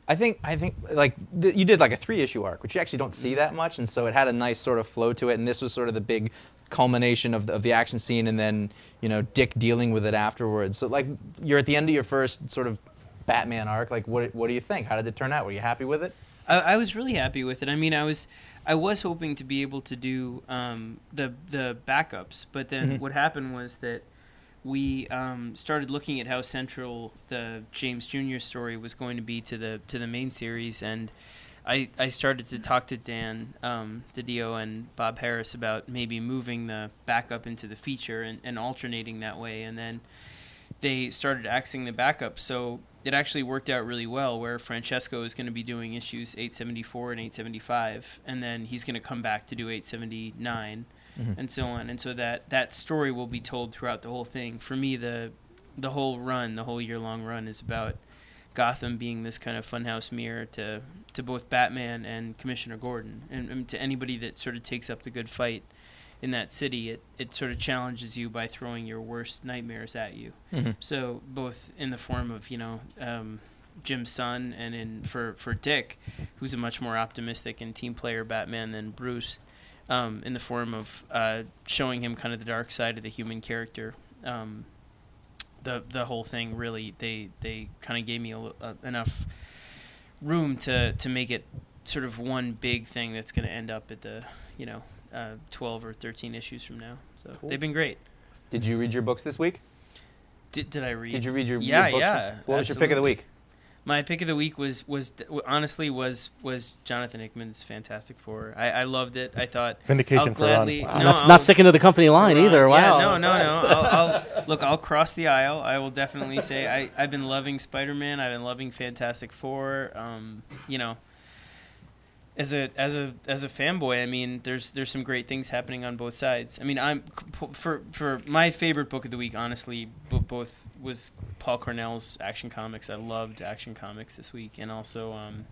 Speaker 5: I think I think like th- you did like a three issue arc, which you actually don't
Speaker 7: Mm-hmm.
Speaker 5: see that much, and so it had a nice sort of flow to it. And this was sort of the big culmination of the, of the action scene, and then you know Dick dealing with it afterwards. So like you're at the end of your first sort of Batman arc. Like what what do you think? How did it turn out? Were you happy with it?
Speaker 7: I, I was really happy with it. I mean, I was I was hoping to be able to do um, the the backups, but then what happened was that we um, started looking at how central the James Jr. story was going to be to the to the main series, and I I started to talk to Dan um, Didio and Bob Harris about maybe moving the backup into the feature and, and alternating that way, and then they started axing the backup. So it actually worked out really well where Francesco is going to be doing issues 874 and 875 and then he's going to come back to do 879 and so on. And so that that story will be told throughout the whole thing. For me the the whole run, the whole year long run is about Gotham being this kind of funhouse mirror to to both Batman and Commissioner Gordon and, and to anybody that sort of takes up the good fight in that city it, it sort of challenges you by throwing your worst nightmares at you so both in the form of you know um, Jim's son and in for for Dick who's a much more optimistic and team player Batman than Bruce um, in the form of uh, showing him kind of the dark side of the human character um, the the whole thing really they they kind of gave me a, li- uh, enough room to to make it sort of one big thing that's going to end up at the you know uh, 12 or 13 issues from now so they've been great
Speaker 5: Did you read your books this week?
Speaker 7: did, did i read
Speaker 5: Did you read your, your
Speaker 7: yeah
Speaker 5: books?
Speaker 7: yeah
Speaker 5: What was your pick of the
Speaker 7: absolutely.
Speaker 5: week?
Speaker 7: my pick of the week was was honestly was was jonathan hickman's fantastic four i, I loved it i thought
Speaker 8: Vindication
Speaker 7: I'll
Speaker 8: for Ron.
Speaker 7: gladly
Speaker 3: Wow,
Speaker 7: no,
Speaker 3: that's
Speaker 7: I'll-
Speaker 3: not sticking to the company line
Speaker 7: Ron.
Speaker 3: either. Wow.
Speaker 7: Yeah, no, no, no. I'll,
Speaker 3: [laughs]
Speaker 7: I'll, look, I'll cross the aisle. I will definitely say I, I've been loving Spider Man. I've been loving Fantastic Four. Um, you know, as a as a as a fanboy, I mean, there's there's some great things happening on both sides. I mean, I'm for for my favorite book of the week, honestly, b- both was Paul Cornell's Action Comics. I loved Action Comics this week, and also. Um,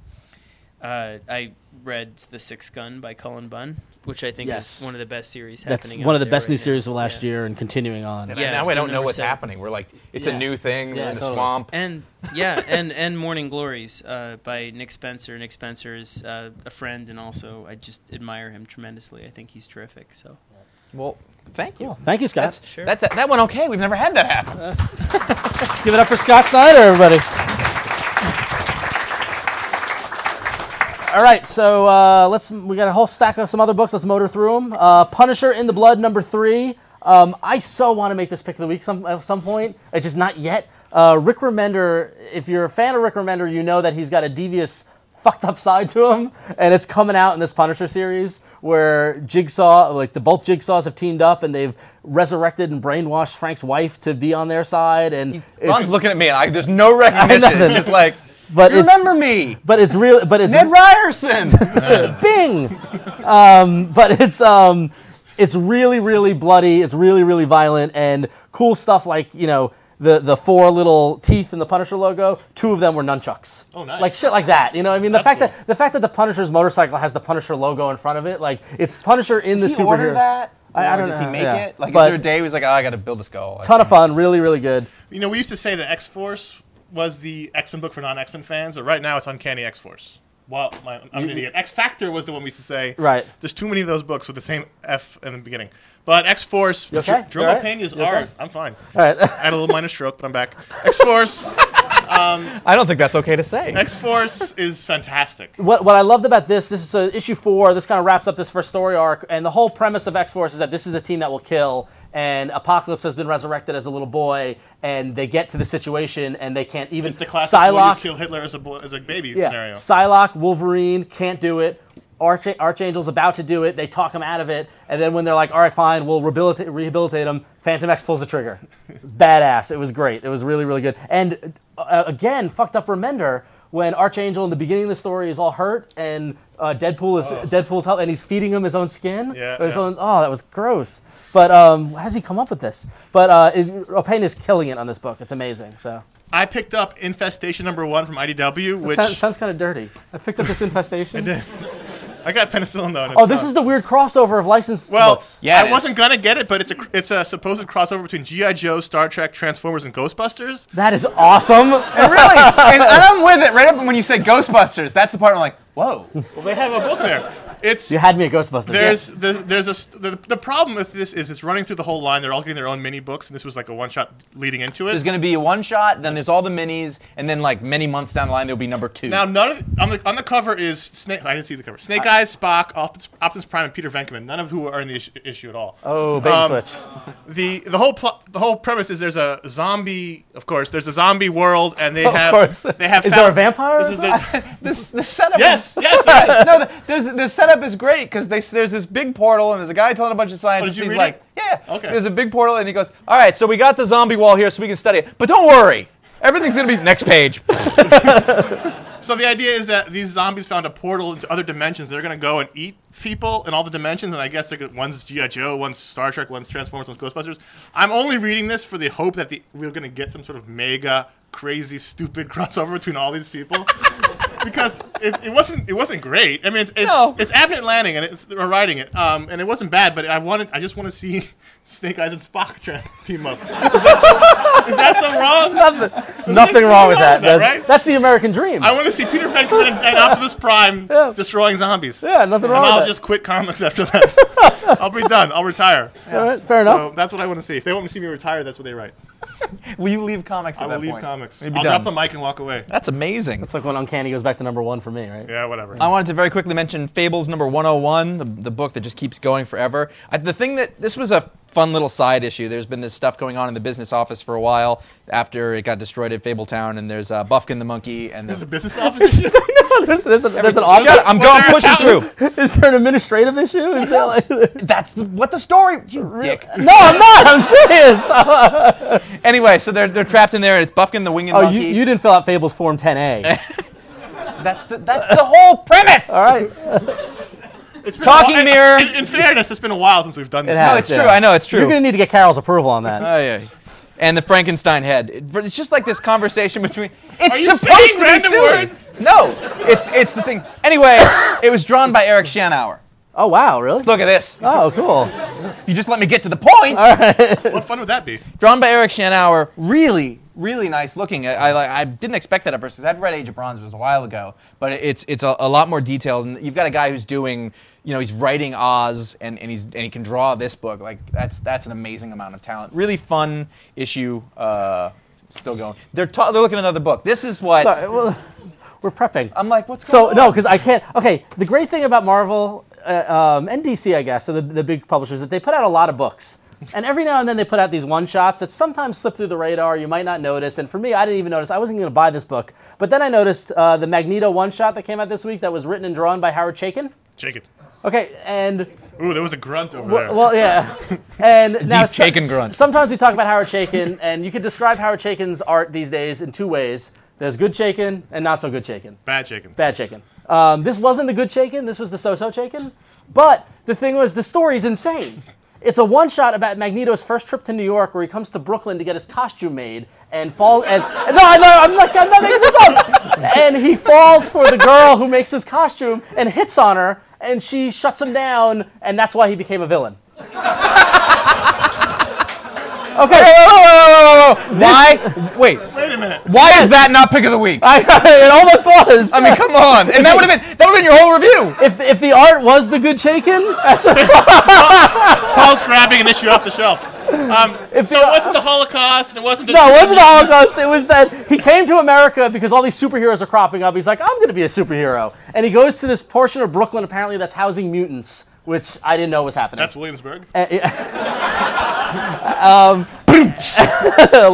Speaker 7: uh, I read The Six Gun by Cullen Bunn, which I think
Speaker 3: Yes.
Speaker 7: is one of the best series
Speaker 3: That's
Speaker 7: happening.
Speaker 3: one
Speaker 7: out
Speaker 3: of the
Speaker 7: there
Speaker 3: best
Speaker 7: right
Speaker 3: new
Speaker 7: now.
Speaker 3: series of last
Speaker 7: Yeah.
Speaker 3: year and continuing on.
Speaker 7: Yeah,
Speaker 5: now we
Speaker 7: so
Speaker 5: don't know
Speaker 7: number
Speaker 5: what's
Speaker 7: seven.
Speaker 5: happening. We're like, it's
Speaker 3: Yeah.
Speaker 5: a new thing.
Speaker 3: Yeah,
Speaker 5: We're in the
Speaker 3: totally.
Speaker 5: swamp.
Speaker 3: [laughs]
Speaker 7: And yeah, and and Morning Glories uh, by Nick Spencer. Nick Spencer is uh, a friend, and also I just admire him tremendously. I think he's terrific. So
Speaker 5: Well, thank you.
Speaker 3: Thank you, Scott.
Speaker 5: That's, that's, that went okay. We've never had that happen.
Speaker 3: Give it up for Scott Snyder, everybody. All right, so uh, let's. We got a whole stack of some other books. Let's motor through them. Uh, Punisher in the Blood, number three. Um, I so want to make this pick of the week some at some point. It's just not yet. Uh, Rick Remender. If you're a fan of Rick Remender, you know that he's got a devious, fucked up side to him, and it's coming out in this Punisher series where Jigsaw, like the both Jigsaws, have teamed up and they've resurrected and brainwashed Frank's wife to be on their side. And
Speaker 5: Ron's looking at me, and I, there's no recognition.
Speaker 3: nothing.
Speaker 5: just like,
Speaker 3: But
Speaker 5: "You
Speaker 3: it's-
Speaker 5: remember me,
Speaker 3: But it's real. But it's
Speaker 5: Ned Ryerson.
Speaker 3: [laughs] Bing. um, but it's um, it's really really bloody. It's really really violent and cool stuff like you know the the four little teeth in the Punisher logo. Two of them were nunchucks.
Speaker 4: Oh, nice.
Speaker 3: Like shit like that. You know, what I mean the fact
Speaker 4: cool.
Speaker 3: that the fact that the Punisher's motorcycle has the Punisher logo in front of it, like it's Punisher in the
Speaker 5: Did he
Speaker 3: superhero.
Speaker 5: order that?
Speaker 3: I- I
Speaker 5: Or
Speaker 3: don't
Speaker 5: Does
Speaker 3: know,
Speaker 5: he make
Speaker 3: yeah.
Speaker 5: it? Like,
Speaker 3: But-
Speaker 5: is there a day he was like, oh, I got to build a skull?
Speaker 3: Ton of fun. Really really good.
Speaker 4: You know, we used to say that X Force was the X Men book for non X Men fans, but right now it's Uncanny X Force. Well, my, I'm an idiot. X Factor was the one we used to say.
Speaker 3: Right.
Speaker 4: There's too many of those books with the same F in the beginning. But X Force,
Speaker 3: okay?
Speaker 4: Dr-
Speaker 3: You all right?
Speaker 4: Pena's
Speaker 3: You
Speaker 4: art.
Speaker 3: okay?
Speaker 4: I'm fine.
Speaker 3: All right. [laughs]
Speaker 4: I had a little minor stroke, but I'm back. X Force,
Speaker 5: I don't think that's okay to say.
Speaker 4: X Force is fantastic.
Speaker 3: What, what I loved about this, this is uh, issue four. This kind of wraps up this first story arc, and the whole premise of X Force is that this is the team that will kill, and Apocalypse has been resurrected as a little boy, and they get to the situation and they can't even.
Speaker 4: It's the classic will you
Speaker 3: Psylocke,
Speaker 4: kill Hitler as a boy, as a baby
Speaker 3: yeah,
Speaker 4: scenario.
Speaker 3: Psylocke, Wolverine can't do it. Arch- Archangel's about to do it. They talk him out of it, and then when they're like, "All right, fine, we'll rehabilitate, rehabilitate him," Phantom X pulls the trigger. It's badass. It was great. It was really, really good. And uh, again, fucked up Remender when Archangel in the beginning of the story is all hurt, and uh, Deadpool is Deadpool's help, and he's feeding him his own skin.
Speaker 4: Yeah,
Speaker 3: His
Speaker 4: yeah.
Speaker 3: own- oh, that was gross. But um, how does he come up with this? But uh, is, Opaine is killing it on this book. It's amazing. So.
Speaker 4: I picked up Infestation number one from IDW, which
Speaker 3: Sounds, sounds kind of dirty. I
Speaker 4: [laughs]
Speaker 3: picked up this infestation.
Speaker 4: I got penicillin though. and it's
Speaker 3: Oh, this
Speaker 4: gone.
Speaker 3: is the weird crossover of licensed
Speaker 4: Well,
Speaker 3: books.
Speaker 5: Yeah,
Speaker 4: I
Speaker 5: it is.
Speaker 4: wasn't gonna get it, but it's a cr- it's a supposed crossover between GI Joe, Star Trek, Transformers, and Ghostbusters.
Speaker 3: That is
Speaker 4: [laughs]
Speaker 3: awesome. Oh,
Speaker 5: really? And, and I'm with it right up when you said Ghostbusters. That's the part I'm like, whoa.
Speaker 4: Well, they have a book there. It's
Speaker 3: you had me at Ghostbusters.
Speaker 4: there's the, there's a s- the, the problem with this is it's running through the whole line. They're all getting their own mini books, and this was like a one shot leading into
Speaker 5: There's
Speaker 4: it.
Speaker 5: going to be a one shot, then there's all the minis, and then like many months down the line, there'll be number two.
Speaker 4: Now, none of on the on the cover is Snake. I didn't see the cover. Snake Eyes, Spock, Optimus, Optimus Prime, and Peter Venkman. None of who are in the issue, issue at all.
Speaker 3: Oh, bait and
Speaker 4: Um,
Speaker 3: switch.
Speaker 4: the the whole pl- the whole premise is there's a zombie. Of course, there's a zombie world, and they
Speaker 3: Of
Speaker 4: have
Speaker 3: course.
Speaker 4: they have.
Speaker 3: Is
Speaker 4: found-
Speaker 3: there a vampire?
Speaker 4: This is the,
Speaker 5: this the
Speaker 4: [laughs]
Speaker 5: setup.
Speaker 4: Yes,
Speaker 5: is,
Speaker 4: yes,
Speaker 3: [laughs]
Speaker 4: yes.
Speaker 5: no, the, there's the setup is great because there's this big portal and there's a guy telling a bunch of scientists.
Speaker 4: you
Speaker 5: he's
Speaker 4: read
Speaker 5: like,
Speaker 4: it?
Speaker 5: yeah,
Speaker 4: Okay.
Speaker 5: There's a big portal and he goes, all right, so we got the zombie wall here so we can study it, but don't worry, everything's gonna be next page.
Speaker 4: So the idea is that these zombies found a portal into other dimensions. They're gonna go and eat people in all the dimensions, and I guess they're gonna, one's GI Joe, one's Star Trek, one's Transformers, one's Ghostbusters. I'm only reading this for the hope that the, we're gonna get some sort of mega, crazy, stupid [laughs] crossover between all these people. [laughs] Because it, it wasn't it wasn't great. I mean, it's it's,
Speaker 5: No.
Speaker 4: it's Abnett Landing, and it's we're writing it, um, and it wasn't bad. But I wanted I just want to see [laughs] Snake Eyes and Spock [laughs] tra- team up. Is that so, is that so wrong?
Speaker 3: Nothing wrong with that.
Speaker 4: that,
Speaker 3: That's,
Speaker 4: right?
Speaker 3: that's the American dream.
Speaker 4: I want to see Peter Venkman and, and Optimus
Speaker 3: [laughs]
Speaker 4: Prime destroying zombies.
Speaker 3: yeah, nothing
Speaker 4: and
Speaker 3: wrong
Speaker 4: I'll
Speaker 3: with
Speaker 4: just quit comics after that. [laughs] I'll be done. I'll retire.
Speaker 3: that. All right, fair
Speaker 4: So
Speaker 3: enough.
Speaker 4: that's what I want to see. If they want to see me retire, that's what they write.
Speaker 5: Will you leave comics? At
Speaker 4: I will
Speaker 5: that
Speaker 4: leave
Speaker 5: point?
Speaker 4: comics. I'll
Speaker 5: You'd be
Speaker 4: drop
Speaker 5: done.
Speaker 4: the mic and walk away.
Speaker 5: That's amazing.
Speaker 3: It's like when Uncanny goes back to number one for me, right?
Speaker 4: Yeah, whatever.
Speaker 5: I wanted to very quickly mention Fables number 101, the, the book that just keeps going forever. I, the thing that this was a fun little side issue. There's been this stuff going on in the business office for a while after it got destroyed at Fabletown, and there's uh, Buffkin the monkey and
Speaker 4: There's a
Speaker 5: the.
Speaker 4: business office
Speaker 3: [laughs]
Speaker 4: issue.
Speaker 3: No, there's, there's, a, there's an
Speaker 5: Shut
Speaker 3: office.
Speaker 5: up, I'm going.
Speaker 4: Well,
Speaker 5: I'm pushing
Speaker 4: there- [laughs]
Speaker 3: [laughs]
Speaker 5: through.
Speaker 3: Is there an administrative issue? Is that like, [laughs] no,
Speaker 5: That's the, what the story. You dick.
Speaker 3: I'm not. I'm serious. Oh,
Speaker 5: Anyway, so they're, they're trapped in there, and it's Buffkin the winged
Speaker 3: oh, you,
Speaker 5: monkey.
Speaker 3: you didn't fill out Fables Form [laughs] 10A.
Speaker 5: that's the that's the whole premise.
Speaker 3: All right.
Speaker 4: It's been a
Speaker 5: Talking
Speaker 4: while- in-
Speaker 5: mirror.
Speaker 4: In, in fairness, it's been a while since we've done this.
Speaker 3: It has.
Speaker 5: No, it's
Speaker 3: Yeah.
Speaker 5: true. I know it's true.
Speaker 3: You're going to need to get Carol's approval on that.
Speaker 5: Oh, yeah. And the Frankenstein head. It- but It's just like this conversation between. It's
Speaker 4: Are you
Speaker 5: supposed
Speaker 4: saying
Speaker 5: to be
Speaker 4: random
Speaker 5: silly.
Speaker 4: words?
Speaker 5: No, it's it's the thing. Anyway, it was drawn by Eric Schanauer.
Speaker 3: oh, wow, really?
Speaker 5: Look at this.
Speaker 3: Oh, cool.
Speaker 5: You just let me get to the point.
Speaker 4: What fun would that be?
Speaker 5: Drawn by Eric Schanauer. Really, really nice looking. I, I, like- I didn't expect that at first because I've read Age of Bronze it was a while ago, but it's it's a, a lot more detailed. And you've got a guy who's doing, you know, he's writing Oz and, and he's and he can draw this book. Like that's that's an amazing amount of talent. Really fun issue. Uh, still going. They're ta- they're looking at another book. This is what
Speaker 3: Sorry, well, [laughs] we're prepping.
Speaker 5: I'm like. What's
Speaker 3: So
Speaker 5: going on?
Speaker 3: no, because I can't. Okay, the great thing about Marvel uh, um, and DC, I guess, so the, the big publishers, that they put out a lot of books, and every now and then they put out these one shots that sometimes slip through the radar. You might not notice, and for me, I didn't even notice. I wasn't going to buy this book, but then I noticed uh, the Magneto one shot that came out this week that was written and drawn by Howard Chaykin.
Speaker 4: Shake it.
Speaker 3: Okay, and
Speaker 4: Ooh, there was a grunt over there.
Speaker 3: well, yeah, and deep now, so-
Speaker 5: Chaykin grunt.
Speaker 3: Sometimes we talk about Howard Chaykin, and you could describe Howard Chaykin's art these days in two ways. There's good Chaykin and not so good Chaykin
Speaker 4: Bad shaking.
Speaker 3: bad chicken. Um, this wasn't the good chicken. This was the so-so chicken. But the thing was, the story is insane. It's a one-shot about Magneto's first trip to New York, where he comes to Brooklyn to get his costume made, and falls. And, and no, I know, I'm not, I'm not making this up. And he falls for the girl who makes his costume and hits on her, and she shuts him down, and that's why he became a villain.
Speaker 5: Okay. whoa, whoa, whoa, whoa, whoa, whoa. Why? Wait.
Speaker 4: Wait a minute.
Speaker 5: Why is that not pick of the week?
Speaker 3: I,
Speaker 5: I
Speaker 3: [laughs] it almost was.
Speaker 5: mean, come on. And that would have been that would have been your whole review.
Speaker 3: if, if the art was the good shaken, [laughs] that's
Speaker 4: Paul's grabbing an issue off the shelf.
Speaker 3: [laughs]
Speaker 4: Um, so it wasn't the Holocaust, and it wasn't the
Speaker 3: No, it wasn't the Holocaust. It was that he came to America because all these superheroes are cropping up. He's like, I'm going to be a superhero. And he goes to this portion of Brooklyn, apparently, that's housing mutants, which I didn't know was happening.
Speaker 4: That's Williamsburg.
Speaker 3: [laughs] Um,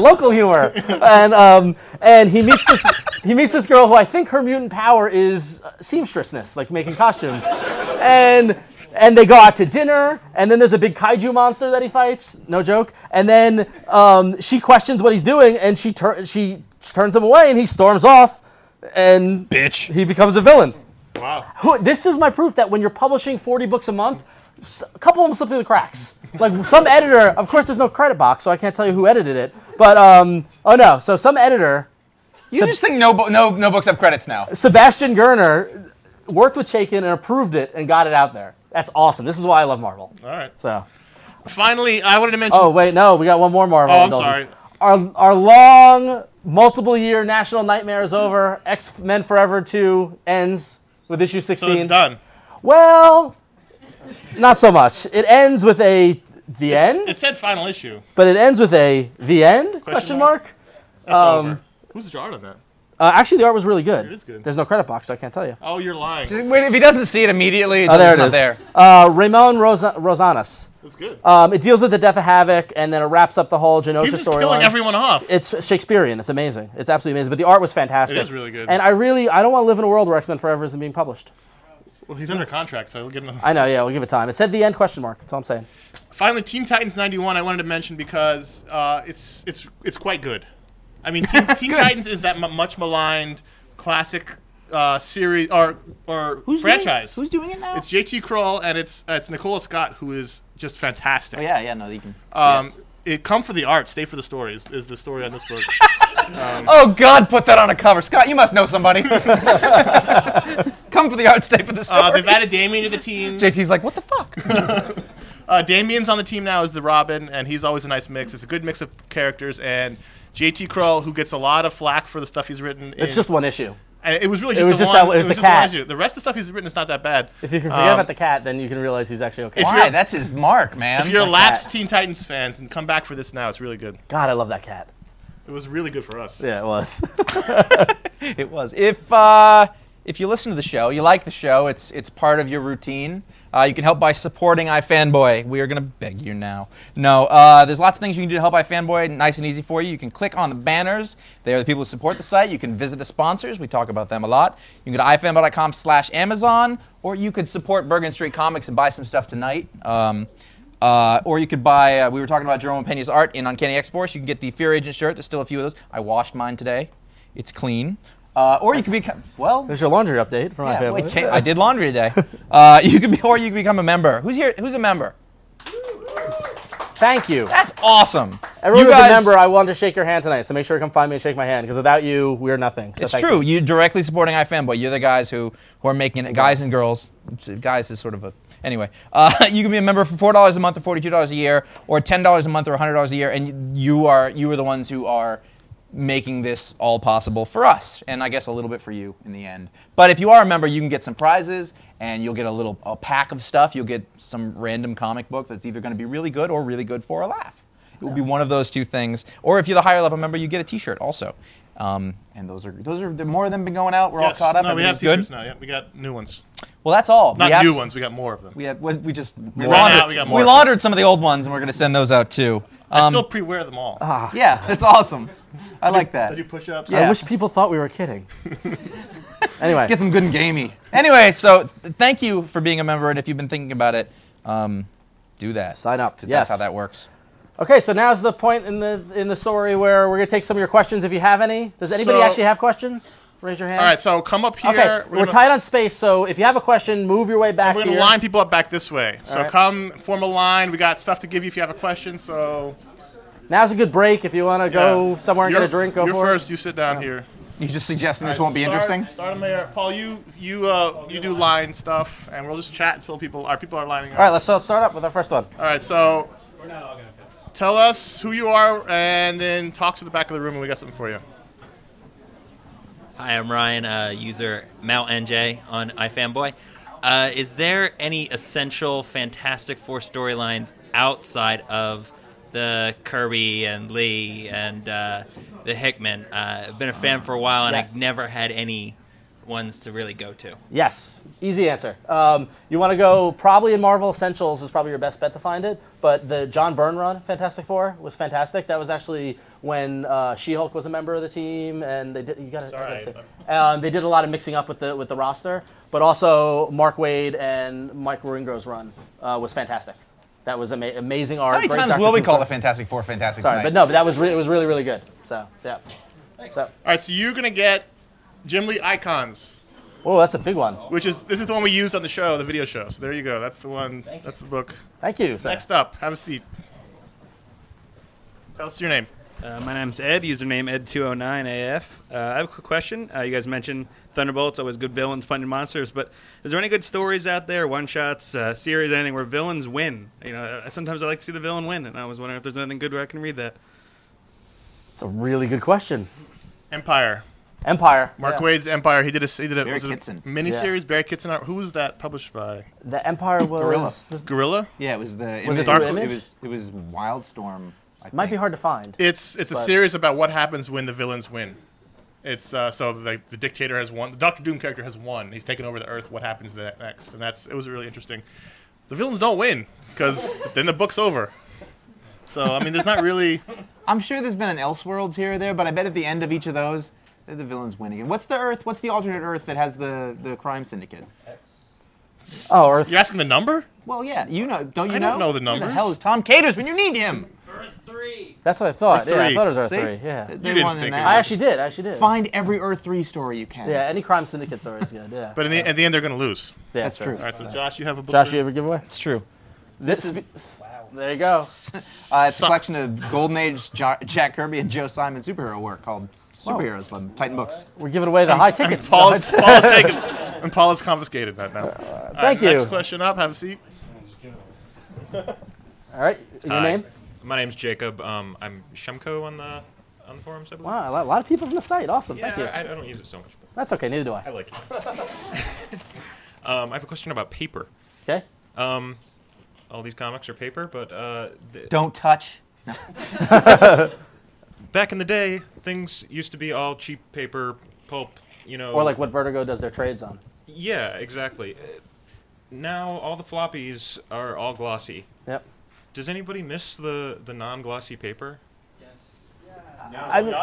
Speaker 3: local humor. and um, and he meets this he meets this girl who I think her mutant power is uh, seamstressness, like making costumes. And and they go out to dinner, and then there's a big kaiju monster that he fights, no joke. And then um, she questions what he's doing, and she tur- she turns him away, and he storms off, and
Speaker 5: Bitch.
Speaker 3: he becomes a villain.
Speaker 4: Wow.
Speaker 3: Who- This is my proof that when you're publishing 40 books a month, s- a couple of them slip through the cracks. Like some editor, of course, there's no credit box, so I can't tell you who edited it. But um, oh no, so some editor,
Speaker 5: You just think no, bo- no, no books have credits now.
Speaker 3: Sebastian Gerner, worked with Chaikin and approved it and got it out there. That's awesome. This is why I love Marvel.
Speaker 4: All right.
Speaker 3: So
Speaker 4: Finally, I wanted to mention.
Speaker 3: oh wait, no, we got one more Marvel.
Speaker 4: Oh, I'm
Speaker 3: indulgence.
Speaker 4: sorry.
Speaker 3: Our our long multiple year national nightmare is over. X Men Forever two ends with issue
Speaker 4: So
Speaker 3: 16.
Speaker 4: it's done.
Speaker 3: Well, not so much. It ends with a the end,
Speaker 4: It said final issue.
Speaker 3: but it ends with a the end question
Speaker 4: mark?
Speaker 3: mark.
Speaker 4: That's
Speaker 3: Um,
Speaker 4: over. Who's the art on that?
Speaker 3: Uh, actually, the art was really good.
Speaker 4: It is good.
Speaker 3: There's no credit box, so I can't tell you.
Speaker 4: Oh, you're lying.
Speaker 5: Wait, if he doesn't see it immediately, it's
Speaker 3: Oh, there
Speaker 5: just
Speaker 3: it
Speaker 5: not
Speaker 3: is.
Speaker 5: there.
Speaker 3: Uh, Ramon Rosa- Rosanas.
Speaker 4: That's good.
Speaker 5: uh,
Speaker 3: Um, it deals with the death of havoc, and then it wraps up the whole
Speaker 4: He's
Speaker 3: Genosha
Speaker 4: just killing
Speaker 3: storyline.
Speaker 4: everyone off.
Speaker 3: It's Shakespearean. It's amazing. It's absolutely amazing. But the art was fantastic.
Speaker 4: It is really good.
Speaker 3: And I really, I don't want to live in a world where X Men Forever isn't being published.
Speaker 4: well, he's under contract, so we'll give him.
Speaker 3: I know. Yeah, we'll give it time. It said the end question mark. That's all I'm saying.
Speaker 4: Finally, Teen Titans '91. I wanted to mention because uh, it's it's it's quite good. I mean,
Speaker 5: [laughs]
Speaker 4: Teen, Teen Titans is that m- much maligned classic uh, series or or franchise.
Speaker 5: Who's doing it now?
Speaker 4: it's JT Kroll and it's uh, it's Nicola Scott who is just fantastic.
Speaker 5: Oh, yeah, yeah, no, you can.
Speaker 4: Um,
Speaker 5: yes.
Speaker 4: It come for the art, stay for the stories is the story on this
Speaker 5: [laughs]
Speaker 4: book.
Speaker 5: Oh God, put that on a cover, Scott. You must
Speaker 4: [laughs]
Speaker 5: know somebody. Come for the art, stay for the story.
Speaker 4: Uh, they've added Damien to the team.
Speaker 5: JT's like, what the fuck?
Speaker 4: Uh, Damien's on the team now as the Robin, and he's always a nice mix. It's a good mix of characters and. JT Kroll, who gets a lot of flack for the stuff he's written,
Speaker 3: It's
Speaker 4: in-
Speaker 3: just one issue.
Speaker 4: and it was really just
Speaker 3: was
Speaker 4: the
Speaker 3: just
Speaker 4: one.
Speaker 3: that- it was
Speaker 4: it
Speaker 3: the
Speaker 4: just one
Speaker 3: cat.
Speaker 4: issue. The rest of the stuff he's written is not that bad.
Speaker 3: If you can forget
Speaker 4: Um,
Speaker 3: about the cat, then you can realize he's actually okay.
Speaker 4: if
Speaker 5: Why?
Speaker 4: you're-
Speaker 5: That's his mark, man.
Speaker 4: If you're
Speaker 3: that.
Speaker 4: lapsed Teen Titans fans, and come back for this now. It's really good.
Speaker 3: God, I love that cat.
Speaker 4: It was really good for us.
Speaker 3: Yeah, it was. [laughs]
Speaker 5: It was. If uh, if you listen to the show, you like the show, it's it's part of your routine. Uh, you can help by supporting iFanboy. We are gonna beg you now. No, uh, there's lots of things you can do to help iFanboy. Nice and easy for you. You can click on the banners. They are the people who support the site. You can visit the sponsors. We talk about them a lot. You can go to ifanboy.com/amazon, or you could support Bergen Street Comics and buy some stuff tonight. Um, uh, or you could buy. Uh, we were talking about Jerome Pena's art in Uncanny X-Force. You can get the Fear Agent shirt. There's still a few of those. I washed mine today. It's clean. Uh, or you could be well.
Speaker 3: There's your laundry update for my
Speaker 5: yeah,
Speaker 3: family.
Speaker 5: well, okay, I did laundry today. Uh, you could be, or you could become a member. Who's here? Who's a member?
Speaker 3: Thank you.
Speaker 5: That's awesome.
Speaker 3: Everyone
Speaker 5: you
Speaker 3: who's
Speaker 5: guys,
Speaker 3: a member, I wanted to shake your hand tonight, so make sure to come find me and shake my hand, because without you, we're nothing. So
Speaker 5: it's
Speaker 3: thank
Speaker 5: true.
Speaker 3: you.
Speaker 5: You. are directly supporting iFanboy. You're the guys who who are making it. Guys and girls. It's- guys is sort of a anyway. Uh, [laughs] you can be a member for four dollars a month or forty two dollars a year, or ten dollars a month or hundred dollars a year, and you are you are the ones who are making this all possible for us, and I guess a little bit for you in the end. But if you are a member, you can get some prizes, and you'll get a little a pack of stuff. You'll get some random comic book that's either going to be really good or really good for a laugh. It will be one of those two things. Or if you're the higher level member, you get a T-shirt also. Um, and those are those are the more of them been going out. We're
Speaker 4: Yes.
Speaker 5: all caught up.
Speaker 4: No, we have
Speaker 5: Everything's
Speaker 4: T-shirts
Speaker 5: good.
Speaker 4: now. Yeah, we got new ones.
Speaker 5: Well, that's all.
Speaker 4: Not
Speaker 5: we have,
Speaker 4: new ones. We got more of them.
Speaker 5: We have we, we just we
Speaker 4: ran
Speaker 5: laundered,
Speaker 4: out, we got more.
Speaker 5: we laundered some of the old ones, and we're going to send those out too.
Speaker 4: I
Speaker 5: Um,
Speaker 4: still pre-wear them all.
Speaker 5: yeah, that's awesome. I like
Speaker 4: I
Speaker 5: that.
Speaker 4: do push-ups.
Speaker 5: Yeah.
Speaker 3: I wish people thought we were
Speaker 5: [laughs]
Speaker 3: kidding. anyway,
Speaker 5: Get them good and gamey. Anyway, so th- thank you for being a member, and if you've been thinking about it, um, do that.
Speaker 3: sign up.
Speaker 5: Because
Speaker 3: Yes.
Speaker 5: that's how that works.
Speaker 3: Okay, so now's the point in the in the story where we're gonna take some of your questions if you have any. Does anybody
Speaker 4: So-
Speaker 3: actually have questions? Raise your hand.
Speaker 4: All right, so come up here.
Speaker 3: Okay, we're,
Speaker 4: gonna-
Speaker 3: tight on space, so if you have a question, move your way back
Speaker 4: We're going
Speaker 3: here.
Speaker 4: to line people up back this way. So
Speaker 3: right.
Speaker 4: come form a line. We got stuff to give you if you have a question. So
Speaker 3: Now's a good break if you want to go
Speaker 4: yeah.
Speaker 3: somewhere and
Speaker 4: You're-
Speaker 3: get a drink. Go
Speaker 4: You're
Speaker 3: for
Speaker 4: first. You sit down here.
Speaker 5: You're just suggesting this
Speaker 4: All right,
Speaker 5: won't be
Speaker 4: start-
Speaker 5: interesting.
Speaker 4: Start them there. Paul, you you uh you do line stuff, and we'll just chat until people our people are lining up.
Speaker 3: it. All right, let's so let's start up with our first one.
Speaker 4: All right, so Tell us who you are and then talk to the back of the room and we got something for you.
Speaker 9: Hi, I'm Ryan, uh, user MountNJ on iFanboy. Uh, is there any essential Fantastic Four storylines outside of the Kirby and Lee and uh, the Hickman? Uh, I've been a fan for a while, and
Speaker 3: Yes.
Speaker 9: I've never had any ones to really go to.
Speaker 3: Yes, easy answer. Um, you want to go probably in Marvel Essentials is probably your best bet to find it. But the John Byrne run, Fantastic Four, was fantastic. That was actually when uh, She-Hulk was a member of the team, and they did. You got
Speaker 4: Sorry,
Speaker 3: to. Um, they did a lot of mixing up with the with the roster, but also Mark Wade and Mike Ringro's run uh, was fantastic. That was ama- amazing art.
Speaker 5: How many
Speaker 3: great
Speaker 5: times
Speaker 3: Dr.
Speaker 5: will we
Speaker 3: Who
Speaker 5: call the
Speaker 3: stuff.
Speaker 5: Fantastic Four Fantastic
Speaker 3: Sorry,
Speaker 5: tonight?
Speaker 3: but no, but that was re- it was really really good. So yeah. So,
Speaker 4: All right, so you're going to get Jim Lee Icons,
Speaker 3: oh, that's a big one.
Speaker 4: which is this is the one we used on the show, the video show. So there you go. That's the one. That's the book.
Speaker 3: Thank you. Sir.
Speaker 4: Next up, have a seat. Tell us your name.
Speaker 10: Uh, my name's Ed, username Ed209AF. Uh, I have a quick question. Uh, you guys mentioned Thunderbolts, always good villains punching monsters, but is there any good stories out there, one shots, uh, series, anything where villains win? You know, uh, sometimes I like to see the villain win, and I was wondering if there's anything good where I can read that.
Speaker 3: It's a really good question.
Speaker 4: Empire.
Speaker 3: Empire.
Speaker 4: Mark
Speaker 3: yeah.
Speaker 4: Wade's Empire. He did a he did a,
Speaker 5: Barry
Speaker 4: was it a
Speaker 5: Kitson.
Speaker 4: miniseries. Barry Kitson. art- Who was that published by?
Speaker 3: The Empire was.
Speaker 5: Gorilla.
Speaker 3: was-
Speaker 4: Gorilla.
Speaker 5: yeah, it was the
Speaker 3: Was it
Speaker 5: image-
Speaker 3: Dark Image?
Speaker 5: was it was Wildstorm. I
Speaker 3: Might be hard to find.
Speaker 4: It's it's a
Speaker 3: But-
Speaker 4: series about what happens when the villains win. It's uh, so like the dictator has won. The Doctor Doom character has won. He's taken over the Earth. What happens ne- next? And that's it was really interesting. The villains don't win because then the book's over. So I mean, there's not really.
Speaker 5: I'm sure there's been an Elseworlds here or there, but I bet at the end of each of those, the the villains win again. What's the Earth? What's the alternate Earth that has the, the crime syndicate?
Speaker 3: Oh, Earth.
Speaker 4: You're asking the number?
Speaker 5: Well, yeah, you know, don't you
Speaker 4: I
Speaker 5: know?
Speaker 4: don't know the
Speaker 5: Where
Speaker 4: numbers.
Speaker 5: the hell is Tom Caters when you need him?
Speaker 3: That's what I thought. Yeah, I
Speaker 4: three.
Speaker 3: thought it was Earth
Speaker 5: See?
Speaker 3: three. Yeah.
Speaker 5: They
Speaker 4: didn't
Speaker 5: won in
Speaker 4: think
Speaker 5: that.
Speaker 4: it
Speaker 3: I actually did. I actually did.
Speaker 5: find every Earth three story you can.
Speaker 3: Yeah, any crime syndicate story is good. Yeah.
Speaker 4: But in the, at the end, they're gonna lose.
Speaker 3: yeah,
Speaker 5: that's
Speaker 3: sure.
Speaker 5: true.
Speaker 4: All right, so Josh, you have a book.
Speaker 3: Josh,
Speaker 4: for-
Speaker 3: you ever give away?
Speaker 5: It's true.
Speaker 3: This is. There you go.
Speaker 5: Uh, it's
Speaker 4: Suck.
Speaker 5: a collection of Golden Age jo- Jack Kirby and Joe Simon superhero work called Superheroes from Titan Books.
Speaker 3: We're giving away the high ticket. [laughs]
Speaker 4: Paul's, Paul's taken, and Paul's confiscated that now. All right,
Speaker 3: Thank you.
Speaker 4: Next question up. Have a seat.
Speaker 3: All right. Your
Speaker 11: Hi.
Speaker 3: name?
Speaker 11: My name's Jacob. Um, I'm Shemko on the on the forums. I believe.
Speaker 3: Wow, a lot- a lot of people from the site. Awesome.
Speaker 11: Yeah,
Speaker 3: Thank you.
Speaker 11: I, I don't use it so much, but
Speaker 3: That's okay. Neither do I.
Speaker 11: I like it. um, I have a question about paper.
Speaker 3: Okay.
Speaker 11: Um, all these comics are paper, but uh, th-
Speaker 5: Don't touch.
Speaker 11: back in the day, things used to be all cheap paper pulp. You know,
Speaker 3: Or like what Vertigo does their trades on.
Speaker 11: yeah, exactly. Uh, Now all the floppies are all glossy.
Speaker 3: Yep.
Speaker 11: Does anybody miss the the non-glossy paper?
Speaker 3: I mean,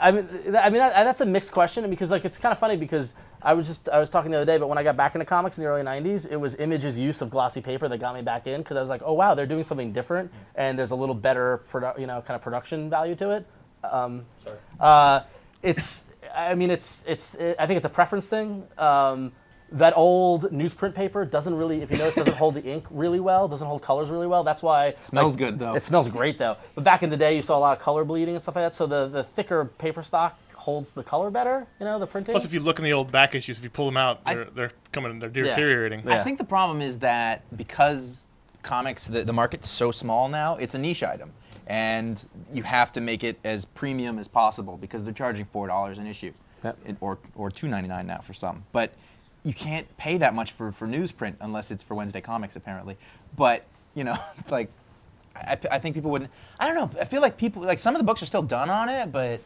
Speaker 3: I mean, th- I mean that, that's a mixed question because like it's kind of funny because I was just I was talking the other day, but when I got back into comics in the early '90s, it was Image's use of glossy paper that got me back in because I was like, oh wow, they're doing something different and there's a little better produ- you know kind of production value to it. Um, uh, it's I mean it's it's I think it's a preference thing. Um, that old newsprint paper doesn't really, if you notice, doesn't hold the ink really well, doesn't hold colors really well. That's why
Speaker 5: Smells good though.
Speaker 3: it smells great though. But back in the day, you saw a lot of color bleeding and stuff like that. So the, the thicker paper stock holds the color better. You know, the printing.
Speaker 4: Plus, if you look in the old back issues, if you pull them out,
Speaker 5: I-
Speaker 4: they're, they're coming, they're
Speaker 3: Yeah.
Speaker 4: deteriorating.
Speaker 3: Yeah.
Speaker 5: I think the problem is that because comics, the, the market's so small now, it's a niche item. And you have to make it as premium as possible because they're charging four dollars an issue,
Speaker 3: Yep.
Speaker 5: It- or or two ninety nine now for some. But you can't pay that much for, for newsprint unless it's for Wednesday comics apparently. But you know, [laughs] like I, I think people wouldn't. I don't know. I feel like people like some of the books are still done on it, but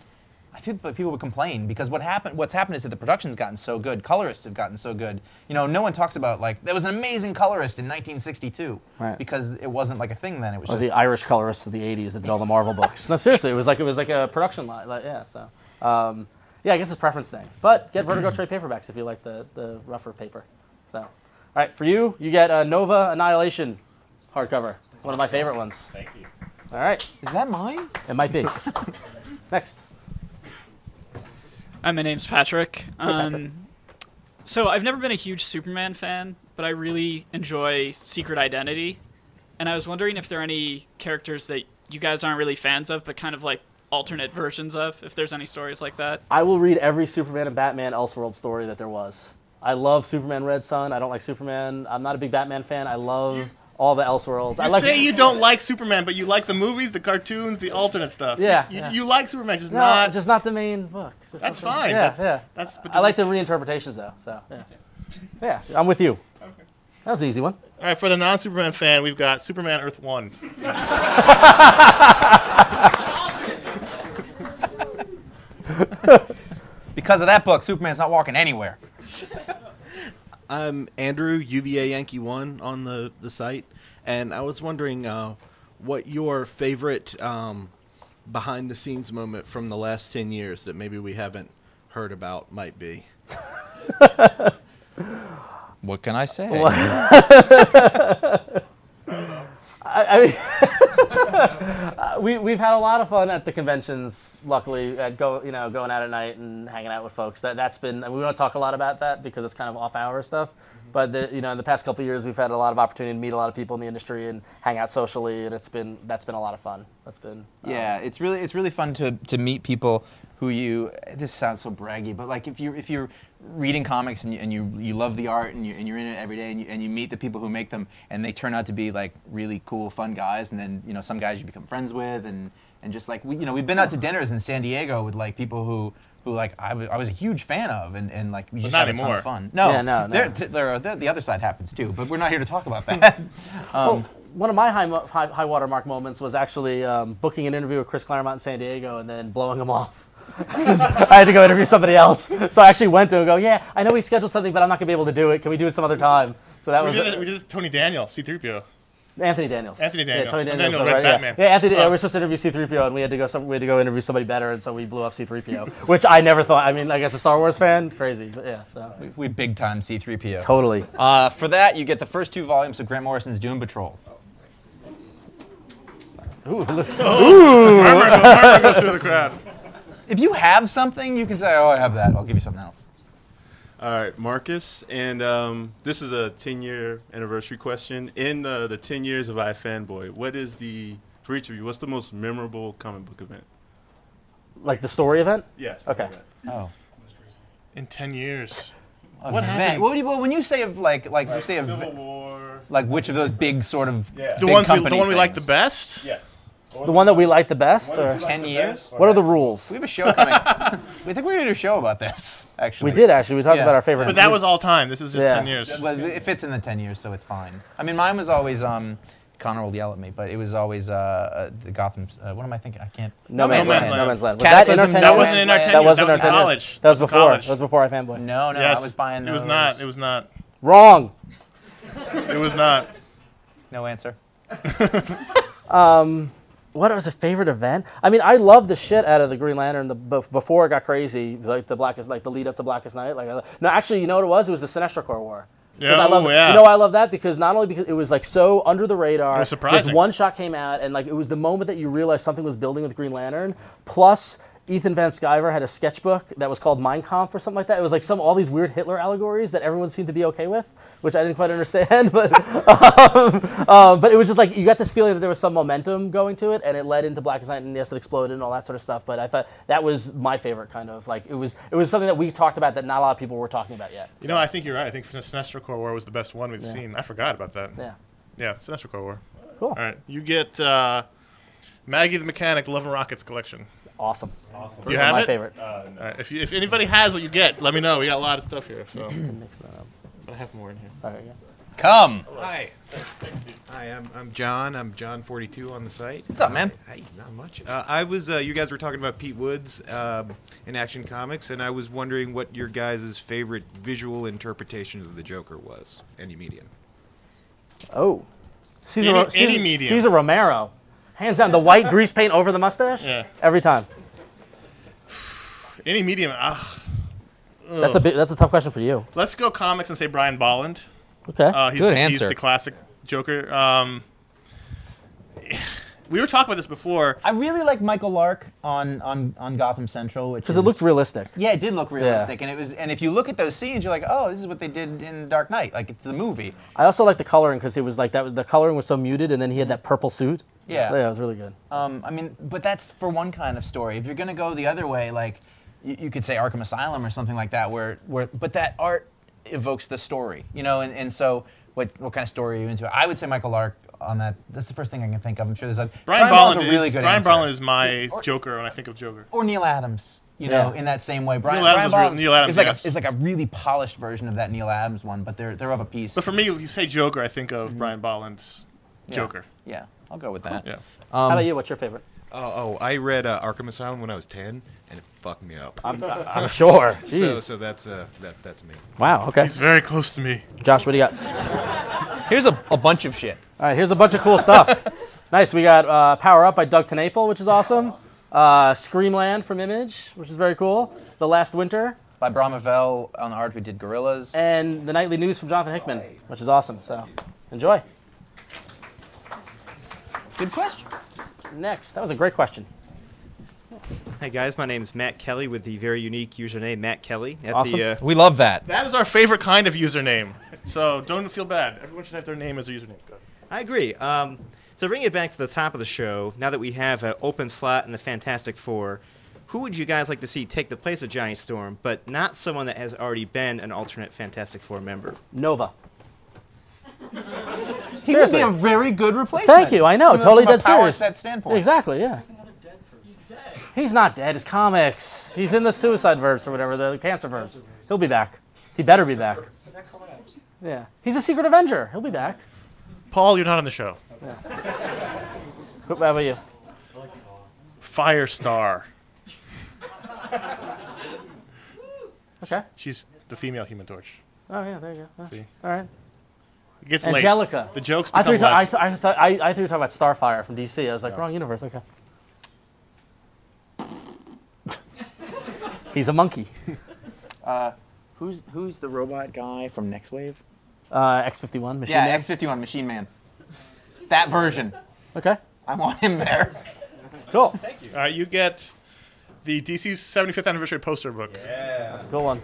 Speaker 5: I feel like people would complain because what happened? What's happened is that the production's gotten so good, colorists have gotten so good. You know, no one talks about like there was an amazing colorist in 1962
Speaker 3: Right.
Speaker 5: because it wasn't like a thing then. It was
Speaker 3: Or
Speaker 5: just
Speaker 3: the Irish colorists of the '80s that did all the Marvel books. No, seriously, it was like it was like a production line. Like, yeah, so um, yeah, I guess it's a preference thing. But get Vertigo trade paperbacks if you like the the rougher paper. So, all right, for you, you get uh, Nova Annihilation hardcover, one of my favorite ones. Thank you. All right,
Speaker 5: is that mine?
Speaker 3: it might [laughs] be next.
Speaker 12: Hi, my name's Patrick. Um, so I've never been a huge Superman fan, but I really enjoy Secret Identity, and I was wondering if there are any characters that you guys aren't really fans of, but kind of like alternate versions of. If there's any stories like that.
Speaker 3: I will read every Superman and Batman Elseworld story that there was. I love Superman Red Sun. I don't like Superman. I'm not a big Batman fan. I love all the Elseworlds.
Speaker 4: You
Speaker 3: I like
Speaker 4: say you don't like Superman, but you like the movies, the cartoons, the alternate stuff.
Speaker 3: Yeah,
Speaker 4: You,
Speaker 3: yeah.
Speaker 4: you like Superman, just
Speaker 3: No,
Speaker 4: not.
Speaker 3: just not the main book. Just
Speaker 4: That's
Speaker 3: not the-
Speaker 4: fine.
Speaker 3: Yeah,
Speaker 4: That's-
Speaker 3: yeah.
Speaker 4: that's- but
Speaker 3: I like the reinterpretations though. So yeah, yeah. I'm with you. That was the easy one.
Speaker 4: All right, for the non Superman fan, we've got Superman Earth 1.
Speaker 5: Because of that book, Superman's not walking anywhere.
Speaker 13: I'm Andrew UVA Yankee One on the the site, and I was wondering uh, what your favorite um, behind the scenes moment from the last ten years that maybe we haven't heard about might be.
Speaker 5: What can I say?
Speaker 3: Well- I, I mean, uh, [laughs] we we've had a lot of fun at the conventions. Luckily, at go you know going out at night and hanging out with folks. That that's been we don't talk a lot about that because it's kind of off hour stuff. But the, you know, in the past couple of years, we've had a lot of opportunity to meet a lot of people in the industry and hang out socially, and it's been that's been a lot of fun. That's been
Speaker 5: Yeah, it's really it's really fun to to meet people who you. This sounds so braggy, but like if you if you're reading comics and you, and you you love the art and you and you're in it every day and you, and you meet the people who make them and they turn out to be like really cool, fun guys, and then you know some guys you become friends with and and just like we you know we've been out
Speaker 13: Uh-huh.
Speaker 5: to dinners in San Diego with like people who. Who like I wa- I was a huge fan of and, and like we
Speaker 13: But
Speaker 5: just
Speaker 13: not
Speaker 5: had a ton
Speaker 13: anymore.
Speaker 5: of fun. No,
Speaker 13: Yeah, no, no.
Speaker 5: There, there, there, the other side happens too, but we're not here to talk
Speaker 13: [laughs]
Speaker 5: about that. Um,
Speaker 3: well, Oh, one of my high, mo- high, high watermark moments was actually um, booking an interview with Chris Claremont in San Diego and then blowing him off. [laughs] 'Cause I had to go interview somebody else. So I actually went to him and go, yeah, I know we scheduled something, but I'm not going to be able to do it. Can we do it some other time? So that
Speaker 4: we,
Speaker 3: was
Speaker 4: did it, we did it with Tony Daniel, C3PO.
Speaker 3: Anthony Daniels.
Speaker 4: Anthony
Speaker 3: Yeah,
Speaker 4: Daniel.
Speaker 3: Tony Daniels.
Speaker 4: Daniel
Speaker 3: was
Speaker 4: read
Speaker 3: right, yeah.
Speaker 4: Batman.
Speaker 3: Yeah, Anthony.
Speaker 4: Oh.
Speaker 3: we were supposed to interview C-3PO, and we had to go. Some, we had to go interview somebody better, and so we blew up C-3PO, [laughs] which I never thought. I mean, like as a Star Wars fan, crazy. But yeah, so
Speaker 5: We, we big time C3PO.
Speaker 3: Totally.
Speaker 5: Uh, for that, you get the first two volumes of Grant Morrison's Doom Patrol. Ooh, look.
Speaker 2: Ooh. Murmur go- murmur goes through the crowd.
Speaker 5: If you have something, you can say, "Oh, I have that. I'll give you something else."
Speaker 14: All right, Marcus, and um, this is a 10-year anniversary question. In the, the 10 years of iFanboy, what is the for each of you? What's the most memorable comic book event?
Speaker 3: like the story event.
Speaker 14: Yes.
Speaker 3: Okay.
Speaker 5: Oh.
Speaker 4: In 10 years.
Speaker 5: Event. What would you, well, when you say of like, like, just say of
Speaker 14: Civil War.
Speaker 5: Like which of those big sort of
Speaker 14: Yeah.
Speaker 3: The
Speaker 5: big
Speaker 3: ones we- the
Speaker 5: company
Speaker 3: one we like
Speaker 5: things?
Speaker 4: The best?
Speaker 14: Yes.
Speaker 3: The one that we like the best.
Speaker 5: One that
Speaker 3: or-
Speaker 5: you like Ten the years? best, or
Speaker 3: What are the rules?
Speaker 5: We have a show coming. [laughs] we think we're gonna do a show about this. [laughs] Actually,
Speaker 3: We did, actually. We talked about our favorite-
Speaker 4: But that was all time. This is just
Speaker 5: Yeah.
Speaker 4: 10 years.
Speaker 5: Well, it fits in the 10 years, so it's fine. I mean, mine was always, um, Connor will yell at me, but it was always uh, uh, the Gotham. Uh, what am I thinking? I can't.
Speaker 3: No No Man's Man's Land. Land. No Man's Land. Was that in our
Speaker 5: Cataclysm,
Speaker 3: 10
Speaker 5: No
Speaker 3: years?
Speaker 5: Man's
Speaker 3: That
Speaker 5: Land.
Speaker 3: wasn't in our 10 years. That was in our 10 years. That was before. That was before I fanboy.
Speaker 5: No, no,
Speaker 4: Yes.
Speaker 5: I was buying
Speaker 4: It
Speaker 5: those.
Speaker 4: was not. It was not.
Speaker 3: Wrong.
Speaker 4: It was not.
Speaker 5: No answer.
Speaker 3: Um, what was a favorite event? I mean, I loved the shit out of the Green Lantern. The bef- before it got crazy, like the blackest, like the lead up to Blackest Night. Like, I- no, actually, you know what it was? It was the Sinestro Corps War. 'Cause
Speaker 4: Yeah,
Speaker 3: I love,
Speaker 4: oh, yeah.
Speaker 3: You know, why I love that because not only because it was like so under the radar.
Speaker 4: It was surprising.
Speaker 3: This one shot came out, and like it was the moment that you realized something was building with Green Lantern. Plus, Ethan Van Sciver had a sketchbook that was called Mein Kampf or something like that. It was like some all these weird Hitler allegories that everyone seemed to be okay with, which I didn't quite understand. [laughs] But um, um, but it was just like you got this feeling that there was some momentum going to it, and it led into Black Night, and yes, it exploded and all that sort of stuff. But I thought that was my favorite kind of like it was it was something that we talked about that not a lot of people were talking about yet.
Speaker 4: You know, I think you're right. I think Sinestro Corps War was the best one we've
Speaker 3: Yeah.
Speaker 4: seen. I forgot about that.
Speaker 3: Yeah.
Speaker 4: Yeah, Sinestro Corps War.
Speaker 3: Cool.
Speaker 4: All right. You get uh, Maggie the Mechanic Love and Rockets collection.
Speaker 3: Awesome.
Speaker 4: Awesome. Do
Speaker 3: Those
Speaker 4: you
Speaker 3: are
Speaker 4: have
Speaker 3: my
Speaker 4: it?
Speaker 3: favorite.
Speaker 4: Uh, no. All right. if, you, if anybody has what you get, let me know. We got a lot of stuff here. So. mix that up. I have more in here.
Speaker 3: All right, yeah.
Speaker 5: Come.
Speaker 15: Hi. Hi, I'm, I'm John. I'm John42 on the site.
Speaker 5: What's up, man?
Speaker 15: Hey, not much. Uh, I was, uh, you guys were talking about Pete Woods um, in Action Comics, and I was wondering what your guys' favorite visual interpretations of the Joker was, any medium.
Speaker 3: Oh. Caesar,
Speaker 15: Any-
Speaker 3: Ro- Caesar,
Speaker 15: any medium.
Speaker 3: Caesar Romero. Hands down, the white grease paint over the mustache?
Speaker 4: Yeah.
Speaker 3: Every time.
Speaker 4: Any medium. Ah.
Speaker 3: That's a,
Speaker 4: Ugh.
Speaker 3: bit, that's a tough question for you.
Speaker 4: Let's go comics and say Brian Bolland.
Speaker 3: Okay.
Speaker 4: Uh, he's
Speaker 3: Good
Speaker 4: the,
Speaker 3: answer.
Speaker 4: He's the classic Joker. Um, [sighs] we were talking about this before.
Speaker 5: I really like Michael Lark on on, on Gotham Central, which
Speaker 3: Because it looked realistic.
Speaker 5: Yeah, it did look
Speaker 3: Yeah.
Speaker 5: realistic, and it was. And if you look at those scenes, you're like, "Oh, this is what they did in The Dark Knight." Like it's the movie.
Speaker 3: I also like the coloring because it was like that. was- The coloring was so muted, and then he had that purple suit.
Speaker 5: Yeah.
Speaker 3: yeah, it was really good.
Speaker 5: Um, I mean, but that's for one kind of story. If you're gonna go the other way, like you, you could say Arkham Asylum or something like that, where where but that art evokes the story, you know. And, and so, what what kind of story are you into? I would say Michael Lark on that. That's the first thing I can think of. I'm sure there's a
Speaker 4: Brian,
Speaker 5: Bolland's
Speaker 4: Bolland
Speaker 5: a really
Speaker 4: is
Speaker 5: good
Speaker 4: Brian
Speaker 5: answer.
Speaker 4: Bolland is my Joker when I think of Joker.
Speaker 5: or Neil Adams, you know,
Speaker 4: Yeah.
Speaker 5: in that same way. Brian,
Speaker 4: Neil Adams
Speaker 5: Brian
Speaker 4: is real-
Speaker 5: Bolland's
Speaker 4: Neil Adams,
Speaker 5: is like
Speaker 4: yes.
Speaker 5: a, is like a really polished version of that Neil Adams one, but they're they're of a piece.
Speaker 4: But for me, if you say Joker, I think of Brian Bolland's
Speaker 5: Yeah.
Speaker 4: Joker.
Speaker 5: Yeah, I'll go with that.
Speaker 4: Mm-hmm. Yeah.
Speaker 3: How
Speaker 5: Um,
Speaker 3: about you? What's your favorite?
Speaker 15: Oh, oh, I read uh, Arkham Asylum when I was ten, and it fucked me up.
Speaker 3: I'm- I'm sure.
Speaker 15: so,
Speaker 3: Jeez.
Speaker 15: so that's uh, that, that's me.
Speaker 3: Wow. Okay.
Speaker 4: He's very close to me.
Speaker 3: Josh, what do you got?
Speaker 5: Here's a, a bunch of shit.
Speaker 3: All right, here's a bunch of cool stuff. nice. We got uh, Power Up by Doug Tenaple, which is awesome. Uh, Screamland from Image, which is very cool. The Last Winter.
Speaker 5: By Brahmavell on art, who did Gorillas.
Speaker 3: And the Nightly News from Jonathan Hickman, which is awesome. So enjoy.
Speaker 5: Good question.
Speaker 3: Next. That was a great question.
Speaker 16: Hi guys, my name is Matt Kelly with the very unique username Matt Kelly at
Speaker 4: Awesome.
Speaker 16: the. Uh,
Speaker 5: we love that.
Speaker 4: That is our favorite kind of username. So don't feel bad. Everyone should have their name as their username. Go.
Speaker 16: I agree. Um, so bringing it back to the top of the show, now that we have an open slot in the Fantastic Four, who would you guys like to see take the place of Johnny Storm, but not someone that has already been an alternate Fantastic Four member?
Speaker 3: Nova.
Speaker 5: He
Speaker 3: Seriously.
Speaker 5: would be a very good replacement.
Speaker 3: Thank you. I know.
Speaker 5: From a-
Speaker 3: totally
Speaker 5: from a
Speaker 3: dead
Speaker 5: power
Speaker 3: serious.
Speaker 5: set standpoint.
Speaker 3: Exactly. Yeah. He's not dead. It's comics. He's in the suicide verse or whatever, the cancer verse. He'll be back. He better be back. Yeah. He's a secret Avenger. He'll be back.
Speaker 4: Paul, you're not on the show.
Speaker 3: Who- How about you?
Speaker 4: Firestar.
Speaker 3: [laughs] Okay.
Speaker 4: She's the female Human Torch.
Speaker 3: Oh yeah, there you go. Yeah.
Speaker 4: See?
Speaker 3: All right.
Speaker 4: It gets late.
Speaker 3: Angelica.
Speaker 4: The jokes
Speaker 3: I thought, you
Speaker 4: become
Speaker 3: were ta-
Speaker 4: less.
Speaker 3: I, th- I, thought, I, I thought you were talking about Starfire from DC. I was like, wrong universe. Okay. [laughs] He's a monkey.
Speaker 5: Uh, who's who's the robot guy from Next Wave?
Speaker 3: Uh, X51 machine.
Speaker 5: yeah,
Speaker 3: Man.
Speaker 5: X51 Machine Man. That version.
Speaker 3: Okay.
Speaker 5: I want him there.
Speaker 3: Cool.
Speaker 4: Thank you. All right, you get the DC's 75th anniversary poster book. Yeah. That's
Speaker 3: a good one.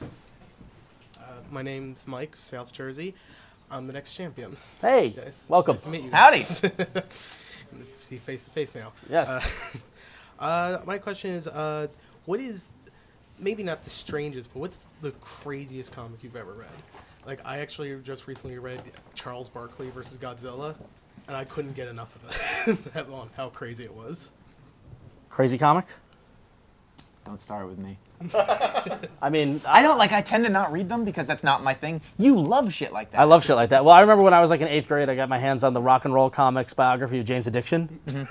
Speaker 17: Uh, my name's Mike, South Jersey. I'm the next champion.
Speaker 3: Hey,
Speaker 17: Nice-
Speaker 3: welcome.
Speaker 17: nice to meet you. [laughs]
Speaker 3: Howdy.
Speaker 17: See face to face now.
Speaker 3: Yes.
Speaker 17: Uh, uh, my question is, uh, what is maybe not the strangest, but what's the craziest comic you've ever read? Like I actually just recently read Charles Barkley versus Godzilla, and I couldn't get enough of it. [laughs] that long, how crazy it was.
Speaker 3: Crazy comic.
Speaker 5: Don't start with me.
Speaker 3: I mean,
Speaker 5: I don't like. I tend to not read them because that's not my thing. You love shit like that.
Speaker 3: I love shit like that. Well, I remember when I was like in eighth grade, I got my hands on the rock and roll comics biography of Jane's Addiction,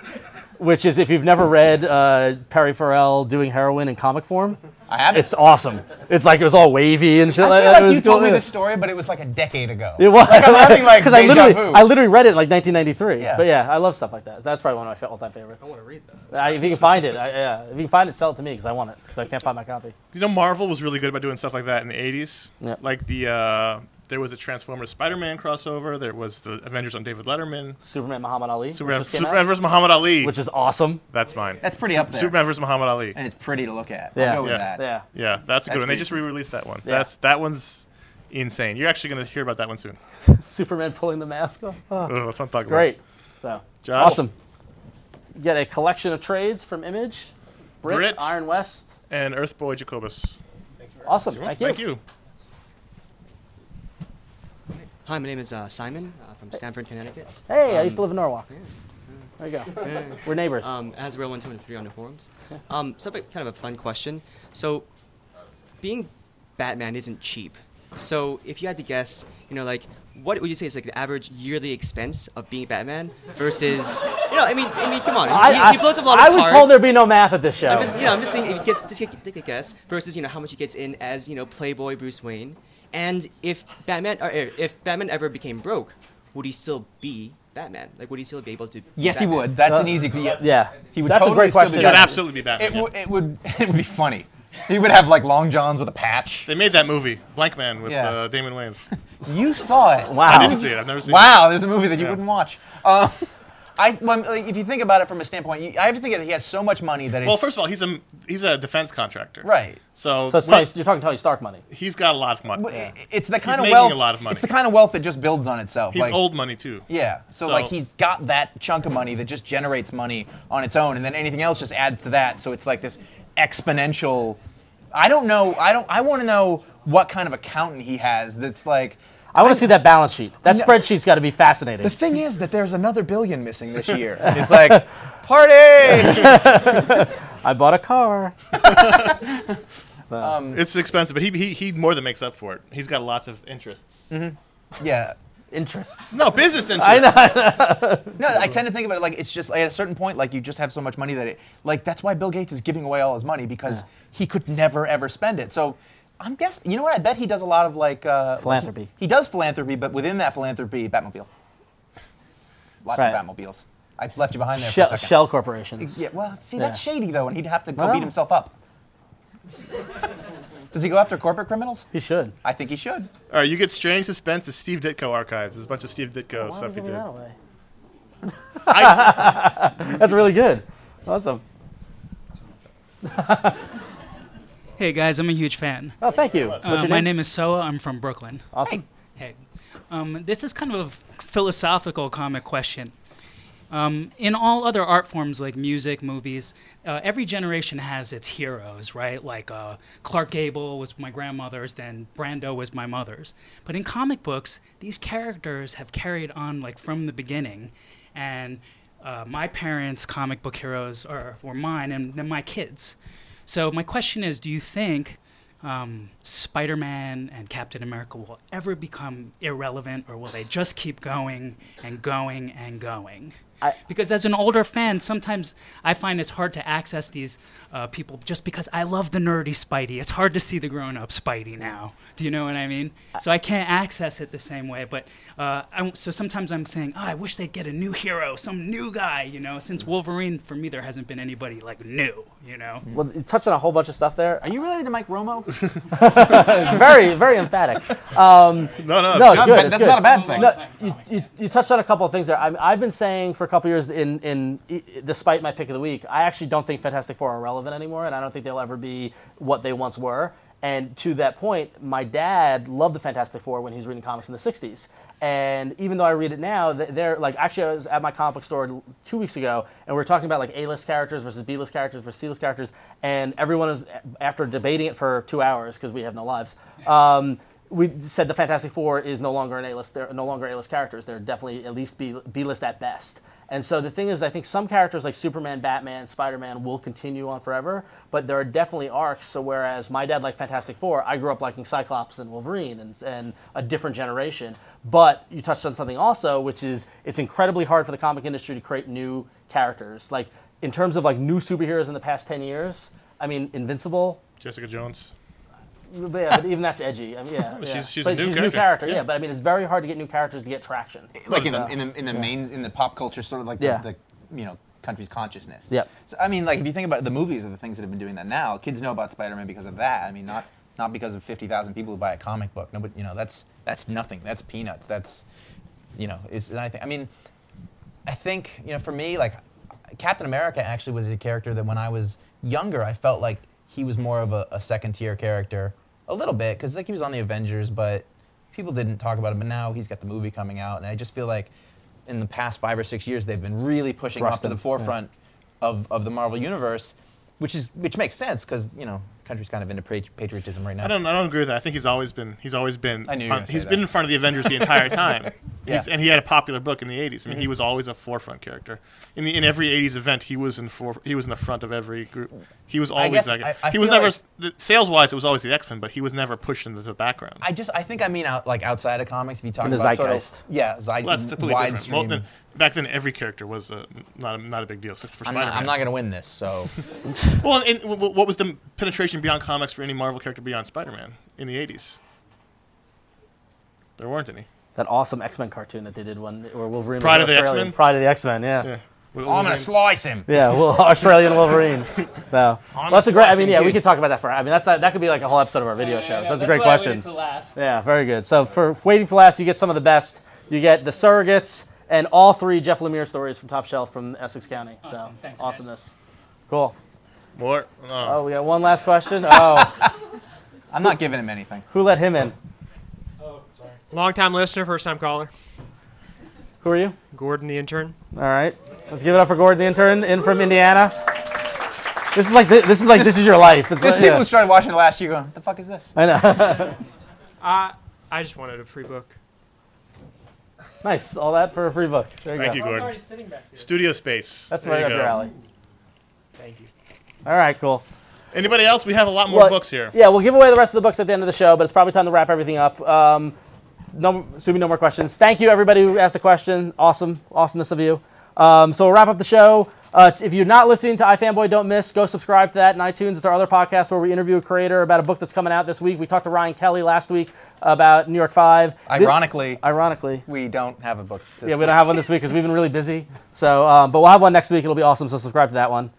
Speaker 3: which is if you've never read uh, Perry Farrell doing heroin in comic form,
Speaker 5: I have.
Speaker 3: It's awesome. It's like it was all wavy and shit
Speaker 5: I
Speaker 3: like
Speaker 5: feel
Speaker 3: that. It
Speaker 5: like you
Speaker 3: was
Speaker 5: told
Speaker 3: cool.
Speaker 5: me this story, but it was like a decade ago.
Speaker 3: It was
Speaker 5: Like I'm
Speaker 3: [laughs]
Speaker 5: having like
Speaker 3: I
Speaker 5: deja
Speaker 3: literally,
Speaker 5: vu.
Speaker 3: I literally read it in like 1993.
Speaker 5: Yeah.
Speaker 3: But yeah, I love stuff like that. That's probably one of my all-time favorites. I want
Speaker 17: to read
Speaker 3: that. if you can find it, I, yeah. If you can find it, sell it to me because I want it because I can't find my copy.
Speaker 4: You know, Marvel was really good about doing stuff like that in the 80s.
Speaker 3: Yeah.
Speaker 4: Like the uh, there was a Transformers Spider-Man crossover. There was the Avengers on David Letterman.
Speaker 3: Superman Muhammad Ali.
Speaker 4: Superman,
Speaker 3: just came out.
Speaker 4: Superman versus Muhammad Ali,
Speaker 3: which is awesome.
Speaker 4: That's mine.
Speaker 5: That's pretty up there.
Speaker 4: Superman versus Muhammad Ali,
Speaker 5: and it's pretty to look at.
Speaker 4: Yeah.
Speaker 5: I'll go with
Speaker 4: Yeah.
Speaker 5: that.
Speaker 3: Yeah.
Speaker 4: Yeah, that's a good one. They
Speaker 5: pretty-
Speaker 4: just re-released that one.
Speaker 5: Yeah.
Speaker 4: That's that one's insane. You're actually going to hear about that one soon.
Speaker 3: Superman pulling the mask off. Oh,
Speaker 4: Ugh, let's not talk about
Speaker 3: it's great.
Speaker 4: it.
Speaker 3: So
Speaker 4: Josh?
Speaker 3: awesome. You get a collection of trades from Image, Brit,
Speaker 4: Brit.
Speaker 3: Iron West.
Speaker 4: And Earth Boy Jacobus.
Speaker 3: Awesome.
Speaker 4: Sure.
Speaker 3: Thank you.
Speaker 4: Thank you.
Speaker 17: Hi, my name is uh, Simon uh, from Stamford, Connecticut.
Speaker 3: Hey, I
Speaker 17: Um,
Speaker 3: used to live in Norwalk. There you
Speaker 17: Yeah.
Speaker 3: go. We're neighbors.
Speaker 17: Um, as real one, two, and three on the forums. Um, so but kind of a fun question. So, being Batman isn't cheap. So if you had to guess, you know, like what would you say is like the average yearly expense of being Batman versus, you know, I mean, I mean, come on,
Speaker 3: I,
Speaker 17: he,
Speaker 3: I,
Speaker 17: he blows up a lot
Speaker 3: I
Speaker 17: of
Speaker 3: was
Speaker 17: cars.
Speaker 3: told there'd be no math at this show.
Speaker 17: I'm just, you know, I'm just saying if he gets to take, take a guess versus you know how much he gets in as you know Playboy Bruce Wayne, and if Batman or er, if Batman ever became broke, would he still be Batman? Like, would he still be able to? Be
Speaker 5: Yes, he
Speaker 17: Batman?
Speaker 5: would. That's an easy. Yes. He would
Speaker 3: That's a
Speaker 5: totally
Speaker 3: great
Speaker 5: still
Speaker 3: question.
Speaker 5: Be
Speaker 3: He would
Speaker 5: Batman.
Speaker 3: absolutely be Batman,
Speaker 5: It, would. it would. [laughs] It would be funny. He would have like long johns with a patch.
Speaker 4: They made that movie, Blank Man, with
Speaker 5: Yeah.
Speaker 4: uh, Damon Wayans.
Speaker 5: You saw it. Wow.
Speaker 4: I didn't see it. I've never seen it.
Speaker 5: Wow, there's a movie that you
Speaker 4: Yeah.
Speaker 5: wouldn't watch. Um, I, when, like, if you think about it from a standpoint, you, I have to think that he has so much money that it's.
Speaker 4: Well, first of all, he's a he's a defense contractor.
Speaker 5: Right.
Speaker 4: So,
Speaker 3: So it's
Speaker 4: when-
Speaker 3: Tony, you're talking Tony Stark money.
Speaker 4: he's got a lot of money.
Speaker 5: Well, i- it's the
Speaker 4: He's
Speaker 5: kind of
Speaker 4: making
Speaker 5: wealth.
Speaker 4: a lot of money.
Speaker 5: It's the kind of wealth that just builds on itself.
Speaker 4: He's
Speaker 5: like-
Speaker 4: old money too.
Speaker 5: Yeah. So, like he's got that chunk of money that just generates money on its own, and then anything else just adds to that. So it's like this exponential. I don't know. I don't. I want to know what kind of accountant he has. That's like.
Speaker 3: I want to see that balance sheet. That
Speaker 5: No.
Speaker 3: spreadsheet's got to be fascinating.
Speaker 5: The thing is that there's another billion missing this year. And it's like party.
Speaker 3: I bought a car.
Speaker 4: it's expensive, but he, he he more than makes up for it. He's got lots of interests.
Speaker 5: Mm-hmm. Yeah.
Speaker 3: [laughs] Interests.
Speaker 4: [laughs] No, business interests.
Speaker 5: I know. no, I tend to think about it like it's just like, at a certain point, like you just have so much money that it, like that's why Bill Gates is giving away all his money because he could never ever spend it. So I'm guessing, you know what? I bet he does a lot of like uh,
Speaker 3: Philanthropy.
Speaker 5: He, does philanthropy, but within that philanthropy, Batmobile. Lots
Speaker 3: Right.
Speaker 5: of Batmobiles. I left you behind there.
Speaker 3: Shell-
Speaker 5: for a second.
Speaker 3: shell corporations.
Speaker 5: Yeah. Well, see, that's
Speaker 3: Yeah.
Speaker 5: shady though, and he'd have to go
Speaker 3: Well.
Speaker 5: beat himself up. [laughs] does he go after corporate criminals?
Speaker 3: He should.
Speaker 5: I think he should.
Speaker 4: All right, you get strange suspense to Steve Ditko archives. There's a bunch of Steve Ditko
Speaker 3: Why
Speaker 4: stuff
Speaker 3: would
Speaker 4: he
Speaker 3: we
Speaker 4: did.
Speaker 3: give that [laughs] away? That's really good. Awesome.
Speaker 18: Hey guys, I'm a huge fan.
Speaker 3: Oh, thank you. What's
Speaker 18: Uh,
Speaker 3: your
Speaker 18: my
Speaker 3: name?
Speaker 18: name is Soa. I'm from Brooklyn.
Speaker 3: Awesome.
Speaker 18: Hey, um, this is kind of a philosophical comic question. Um, in all other art forms like music, movies, uh, every generation has its heroes, right? Like uh, Clark Gable was my grandmother's, then Brando was my mother's. But in comic books, these characters have carried on like from the beginning, and uh, my parents' comic book heroes are, were mine, and then my kids. So my question is, do you think um, Spider-Man and Captain America will ever become irrelevant, or will they just keep going and going and going? because as an older fan, sometimes I find it's hard to access these uh, people just because I love the nerdy Spidey. It's hard to see the grown-up Spidey now. Do you know what I mean? So I can't access it the same way. But uh, I, so sometimes I'm saying, oh, I wish they'd get a new hero, some new guy. You know, since Wolverine, for me, there hasn't been anybody like new. You know.
Speaker 3: Well, you touched on a whole bunch of stuff there.
Speaker 5: Are you related to Mike Romo?
Speaker 3: very, very emphatic.
Speaker 18: [laughs]
Speaker 3: Um,
Speaker 5: No, no, it's
Speaker 3: no, it's
Speaker 5: not
Speaker 3: good,
Speaker 5: bad-
Speaker 3: it's
Speaker 5: that's
Speaker 3: good.
Speaker 5: not a bad thing.
Speaker 3: No, you, you, you touched on a couple of things there. I, I've been saying for a couple of years, in, in i- despite my pick of the week, I actually don't think Fantastic Four are relevant anymore, and I don't think they'll ever be what they once were. And to that point, my dad loved the Fantastic Four when he was reading comics in the '60s. And even though I read it now, th- they're like actually I was at my comic book store l- two weeks ago, and we were talking about like A-list characters versus B-list characters versus C-list characters, and everyone was after debating it for two hours because we have no lives. Um, we said the Fantastic Four is no longer an A-list. They're no longer A-list characters. They're definitely at least B- B-list at best. And so the thing is, I think some characters like Superman, Batman, Spider-Man will continue on forever, but there are definitely arcs. So whereas my dad liked Fantastic Four, I grew up liking Cyclops and Wolverine and, and a different generation. But you touched on something also, which is it's incredibly hard for the comic industry to create new characters. Like in terms of like new superheroes in the past ten years, I mean, Invincible,
Speaker 4: Jessica Jones.
Speaker 3: but yeah, but even that's edgy. I mean, yeah,
Speaker 4: [laughs] She's-
Speaker 3: yeah.
Speaker 4: she's a
Speaker 3: But
Speaker 4: new
Speaker 3: she's
Speaker 4: character.
Speaker 3: Yeah.
Speaker 4: Yeah.
Speaker 3: but I mean, it's very hard to get new characters to get traction.
Speaker 5: like in the,
Speaker 3: So-
Speaker 5: in the in the
Speaker 3: yeah.
Speaker 5: main in the pop culture sort of like
Speaker 3: Yeah.
Speaker 5: the, the you know country's consciousness.
Speaker 3: Yep.
Speaker 5: So I mean, like if you think about it, the movies are the things that have been doing that now. Kids know about Spider-Man because of that. I mean, not not because of fifty thousand people who buy a comic book. Nobody, you know, that's that's nothing. That's peanuts. That's you know, it's anything. I mean, I think you know, for me, like Captain America actually was a character that when I was younger, I felt like he was more of a, a second tier character, a little bit, because like he was on the Avengers, but people didn't talk about him. But now he's got the movie coming out, and I just feel like in the past five or six years, they've been really pushing him
Speaker 19: Thrust
Speaker 5: up to
Speaker 19: him,
Speaker 5: the
Speaker 19: yeah.
Speaker 5: forefront of, of the Marvel universe, which is which makes sense because you know, country's kind of into patri- patriotism right now.
Speaker 4: I don't. I don't agree with that. I think he's always been. He's always been.
Speaker 5: I knew you were
Speaker 4: on-
Speaker 5: gonna say
Speaker 4: he's
Speaker 5: that.
Speaker 4: been in front of the Avengers the
Speaker 5: [laughs]
Speaker 4: entire time.
Speaker 5: Yeah.
Speaker 4: He's- and he had a popular book in the '80s. I mean, he
Speaker 5: Mhm.
Speaker 4: was always a forefront character. In the in every '80s event, he was in for, He was in the front of every group. He was
Speaker 5: I
Speaker 4: always
Speaker 5: guess
Speaker 4: like.
Speaker 5: I- I
Speaker 4: he was
Speaker 5: feel
Speaker 4: never.
Speaker 5: like-
Speaker 4: the, sales-wise, it was always the X Men, but he was never pushed into the background.
Speaker 5: I just I think I mean out like outside of comics. If you talk
Speaker 4: In the
Speaker 5: about
Speaker 4: zeitgeist.
Speaker 5: sort of yeah, zeitgeist,
Speaker 4: Well, that's completely
Speaker 5: wide
Speaker 4: different. Well,
Speaker 5: stream.
Speaker 4: then, back then, every character was uh, not a, not a big deal. Except for
Speaker 5: I'm not-
Speaker 4: Spider-Man.
Speaker 5: I'm not gonna win
Speaker 4: [laughs]
Speaker 5: this, so.
Speaker 4: well, and, w- w- what was the penetration beyond comics for any Marvel character beyond Spider-Man in the '80s? There weren't any.
Speaker 3: That awesome X Men cartoon that they did one where Wolverine. was
Speaker 4: Pride of the
Speaker 3: Australian.
Speaker 4: X-Men?
Speaker 3: Pride of the X Men. Yeah.
Speaker 4: Yeah. With
Speaker 3: Oh,
Speaker 5: I'm gonna slice him.
Speaker 3: Yeah, well, [laughs]
Speaker 4: [laughs]
Speaker 3: Australian Wolverine. So well,
Speaker 5: I'm
Speaker 3: that's a
Speaker 5: a
Speaker 3: great. I
Speaker 5: slicing
Speaker 3: mean, yeah, we
Speaker 5: dude.
Speaker 3: could talk about that for. I mean, that's that could be like a whole episode of our video show. So that's, a great question. Yeah, very good. So for waiting for last, you get some of the best. You get the surrogates and all three Jeff Lemire stories from Top Shelf from Essex County. So awesomeness. Cool.
Speaker 4: More.
Speaker 3: Oh, we got one last question. Oh,
Speaker 5: I'm not giving him anything.
Speaker 3: Who let him in?
Speaker 20: Long time listener, first time caller.
Speaker 3: Who are you?
Speaker 20: Gordon the intern.
Speaker 3: All right. Let's give it up for Gordon the intern in from Indiana. This is like thi- this is like this is your life. It's
Speaker 5: There's
Speaker 3: like-
Speaker 5: people
Speaker 3: yeah.
Speaker 5: who started watching it last year going, "What the fuck is this?"
Speaker 3: I know. [laughs]
Speaker 20: I I just wanted a free book.
Speaker 3: nice. All that for a free book. There you
Speaker 8: Thank
Speaker 3: go.
Speaker 8: you, Gordon.
Speaker 4: Studio space.
Speaker 3: That's
Speaker 4: There
Speaker 3: right
Speaker 4: you
Speaker 3: up
Speaker 4: go.
Speaker 3: your alley.
Speaker 20: Thank you.
Speaker 3: All right, cool.
Speaker 4: Anybody else? We have a lot more
Speaker 3: Well,
Speaker 4: books here.
Speaker 3: Yeah, we'll give away the rest of the books at the end of the show, but it's probably time to wrap everything up. Um, no, assuming no more questions. Thank you, everybody who asked a question. Awesome, awesomeness of you. Um, so we'll wrap up the show. Uh, if you're not listening to iFanboy Don't Miss, go subscribe to that in iTunes. It's our other podcast where we interview a creator about a book that's coming out this week. We talked to Ryan Kelly last week about New York Five.
Speaker 5: Ironically,
Speaker 3: ironically,
Speaker 5: we don't have a book. this
Speaker 3: yeah, we
Speaker 5: week.
Speaker 3: don't have one this week because we've been really busy. So, um, but we'll have one next week. It'll be awesome. So subscribe to that one.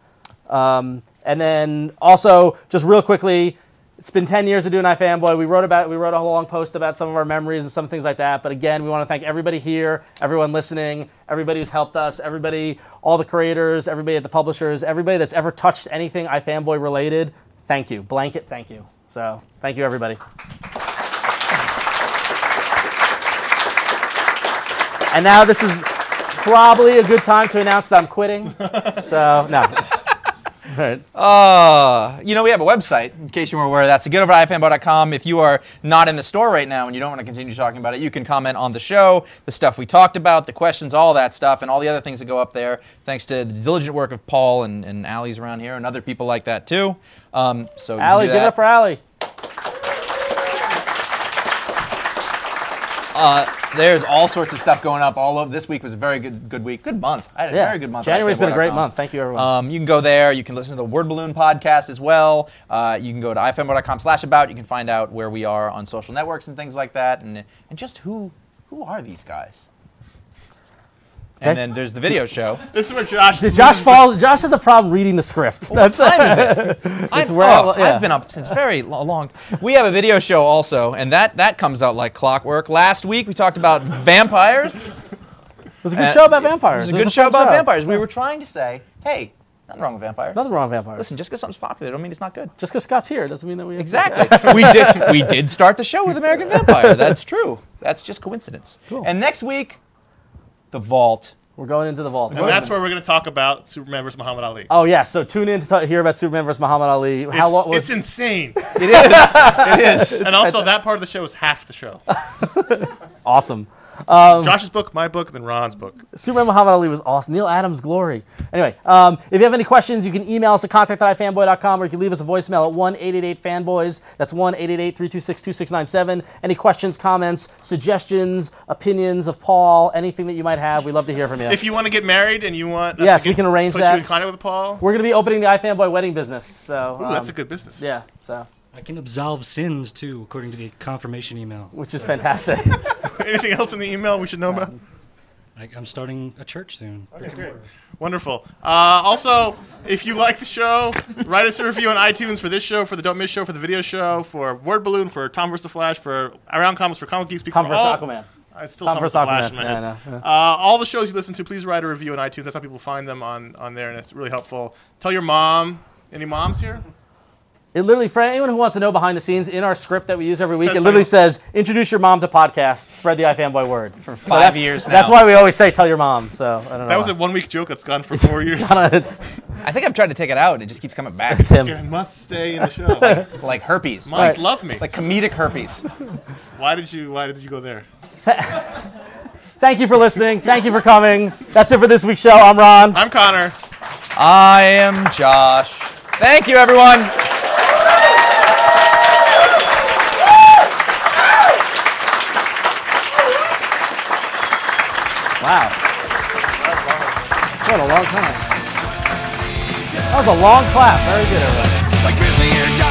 Speaker 3: Um, and then also, just real quickly, it's been 10 years of doing iFanboy. We wrote about, we wrote a whole long post about some of our memories and some things like that. But again, we want to thank everybody here, everyone listening, everybody who's helped us, everybody, all the creators, everybody at the publishers, everybody that's ever touched anything iFanboy related. Thank you, blanket. Thank you. So, thank you, everybody. And now this is probably a good time to announce that I'm quitting. So no.
Speaker 5: Uh, you know, we have a website, in case you weren't aware of that. So get over to ifanboy.com. If you are not in the store right now and you don't want to continue talking about it, you can comment on the show, the stuff we talked about, the questions, all that stuff, and all the other things that go up there, thanks to the diligent work of Paul and, and Allie's around here and other people like that, too. Um, so you can
Speaker 3: Allie,
Speaker 5: do
Speaker 3: give it
Speaker 5: that.
Speaker 3: up for Allie.
Speaker 5: Uh, there's all sorts of stuff going up all over. This week was a very good, good week, good month. I had a
Speaker 3: Yeah.
Speaker 5: very good month. at
Speaker 3: January's been a great
Speaker 5: ifanboy.com.
Speaker 3: month. Thank you, everyone.
Speaker 5: Um, you can go there. You can listen to the Word Balloon podcast as well. Uh, you can go to ifmbo.com slash about. You can find out where we are on social networks and things like that, and and just who who are these guys. And
Speaker 3: Okay.
Speaker 5: then there's the
Speaker 3: [laughs]
Speaker 5: video show.
Speaker 4: This is where Josh.
Speaker 3: Did Josh fall? Josh has a problem reading the script.
Speaker 5: What time is [laughs] it?
Speaker 3: It's
Speaker 5: I'm-
Speaker 3: where I-
Speaker 5: oh,
Speaker 3: yeah.
Speaker 5: I've been up since very lo- long. We have a video show also, and that that comes out like clockwork. Last week we talked about vampires. It
Speaker 3: was a good show about vampires.
Speaker 5: Uh, It was a
Speaker 3: It
Speaker 5: good
Speaker 3: was a
Speaker 5: show
Speaker 3: fun
Speaker 5: about
Speaker 3: show.
Speaker 5: vampires. We were trying to say, hey, nothing wrong with vampires.
Speaker 3: Nothing wrong with vampires.
Speaker 5: Listen, just because something's popular, don't mean it's not good.
Speaker 3: Just because Scott's here doesn't mean that we
Speaker 5: exactly. we did we did start the show with American Vampire. That's true. That's just coincidence. And next week, the vault.
Speaker 3: We're going into the vault.
Speaker 4: And that's where we're going to talk about Superman versus Muhammad Ali.
Speaker 3: Oh yeah, so tune in to talk, hear about Superman versus Muhammad Ali. How
Speaker 4: it's,
Speaker 3: long? was-
Speaker 4: it's
Speaker 3: [laughs]
Speaker 4: insane.
Speaker 3: It is. It is.
Speaker 4: And also, that part of the show is half the show.
Speaker 3: awesome. Um,
Speaker 4: Josh's book, my book, and then Ron's book.
Speaker 3: Superman Muhammad Ali was awesome. Neil Adams' glory. Anyway, um, if you have any questions, you can email us at contact.ifanboy.com or you can leave us a voicemail at 1 888 fanboys. That's 1 888 326 2697. Any questions, comments, suggestions, opinions of Paul, anything that you might have, we love to hear from you.
Speaker 4: If you want to get married and you want, us
Speaker 3: Yes,
Speaker 4: to get-
Speaker 3: we can arrange
Speaker 4: put
Speaker 3: that.
Speaker 4: you in contact with Paul.
Speaker 3: We're going to be opening the iFanboy wedding business. So
Speaker 4: Ooh, that's a good business.
Speaker 3: um, Yeah, so.
Speaker 6: I can absolve sins too, according to the confirmation email.
Speaker 3: Which is
Speaker 4: [laughs]
Speaker 3: fantastic.
Speaker 4: [laughs] Anything else in the email we should know about?
Speaker 6: I, I'm starting a church soon. Brick and
Speaker 4: great.
Speaker 6: mortar.
Speaker 4: Wonderful. Uh, also, if you like the show, write us a review on iTunes for this show, for the Don't Miss show, for the video show, for Word Balloon, for Tom vs. the Flash, for Around Comics, for Comic Geek Speak,
Speaker 3: Tom
Speaker 4: for
Speaker 3: versus
Speaker 4: all.
Speaker 3: Aquaman.
Speaker 4: I still
Speaker 3: Tom
Speaker 4: Tom,
Speaker 3: versus
Speaker 4: vs. the Flash,
Speaker 3: Aquaman.
Speaker 4: man.
Speaker 3: Yeah, I know.
Speaker 4: Uh, all the shows you listen to, please write a review on iTunes. That's how people find them on, on there, and it's really helpful. Tell your mom. Any moms here?
Speaker 3: It literally, for anyone who wants to know behind the scenes, in our script that we use every week,
Speaker 4: Says
Speaker 3: it literally
Speaker 4: like-
Speaker 3: says, introduce your mom to podcasts, spread the iFanboy word. For
Speaker 5: five years
Speaker 3: That's
Speaker 5: now.
Speaker 3: why we always say, tell your mom. So, I don't know.
Speaker 4: That was a one week joke that's gone for
Speaker 3: [laughs]
Speaker 4: four years.
Speaker 5: I think I've tried to take it out. and It just keeps coming back. It's
Speaker 3: him.
Speaker 4: It [laughs] must stay in the
Speaker 3: [laughs]
Speaker 4: show.
Speaker 5: like, like herpes.
Speaker 4: Moms
Speaker 5: like,
Speaker 4: love me.
Speaker 5: Like comedic herpes.
Speaker 4: Why did you Why did you go there?
Speaker 3: Thank you for listening. Thank you for coming. That's it for this week's show. I'm Ron.
Speaker 4: I'm Connor.
Speaker 5: I am Josh. Thank you, everyone.
Speaker 3: Wow. What a long time. That was a long clap. Very good, everyone.
Speaker 21: Like Grizzly or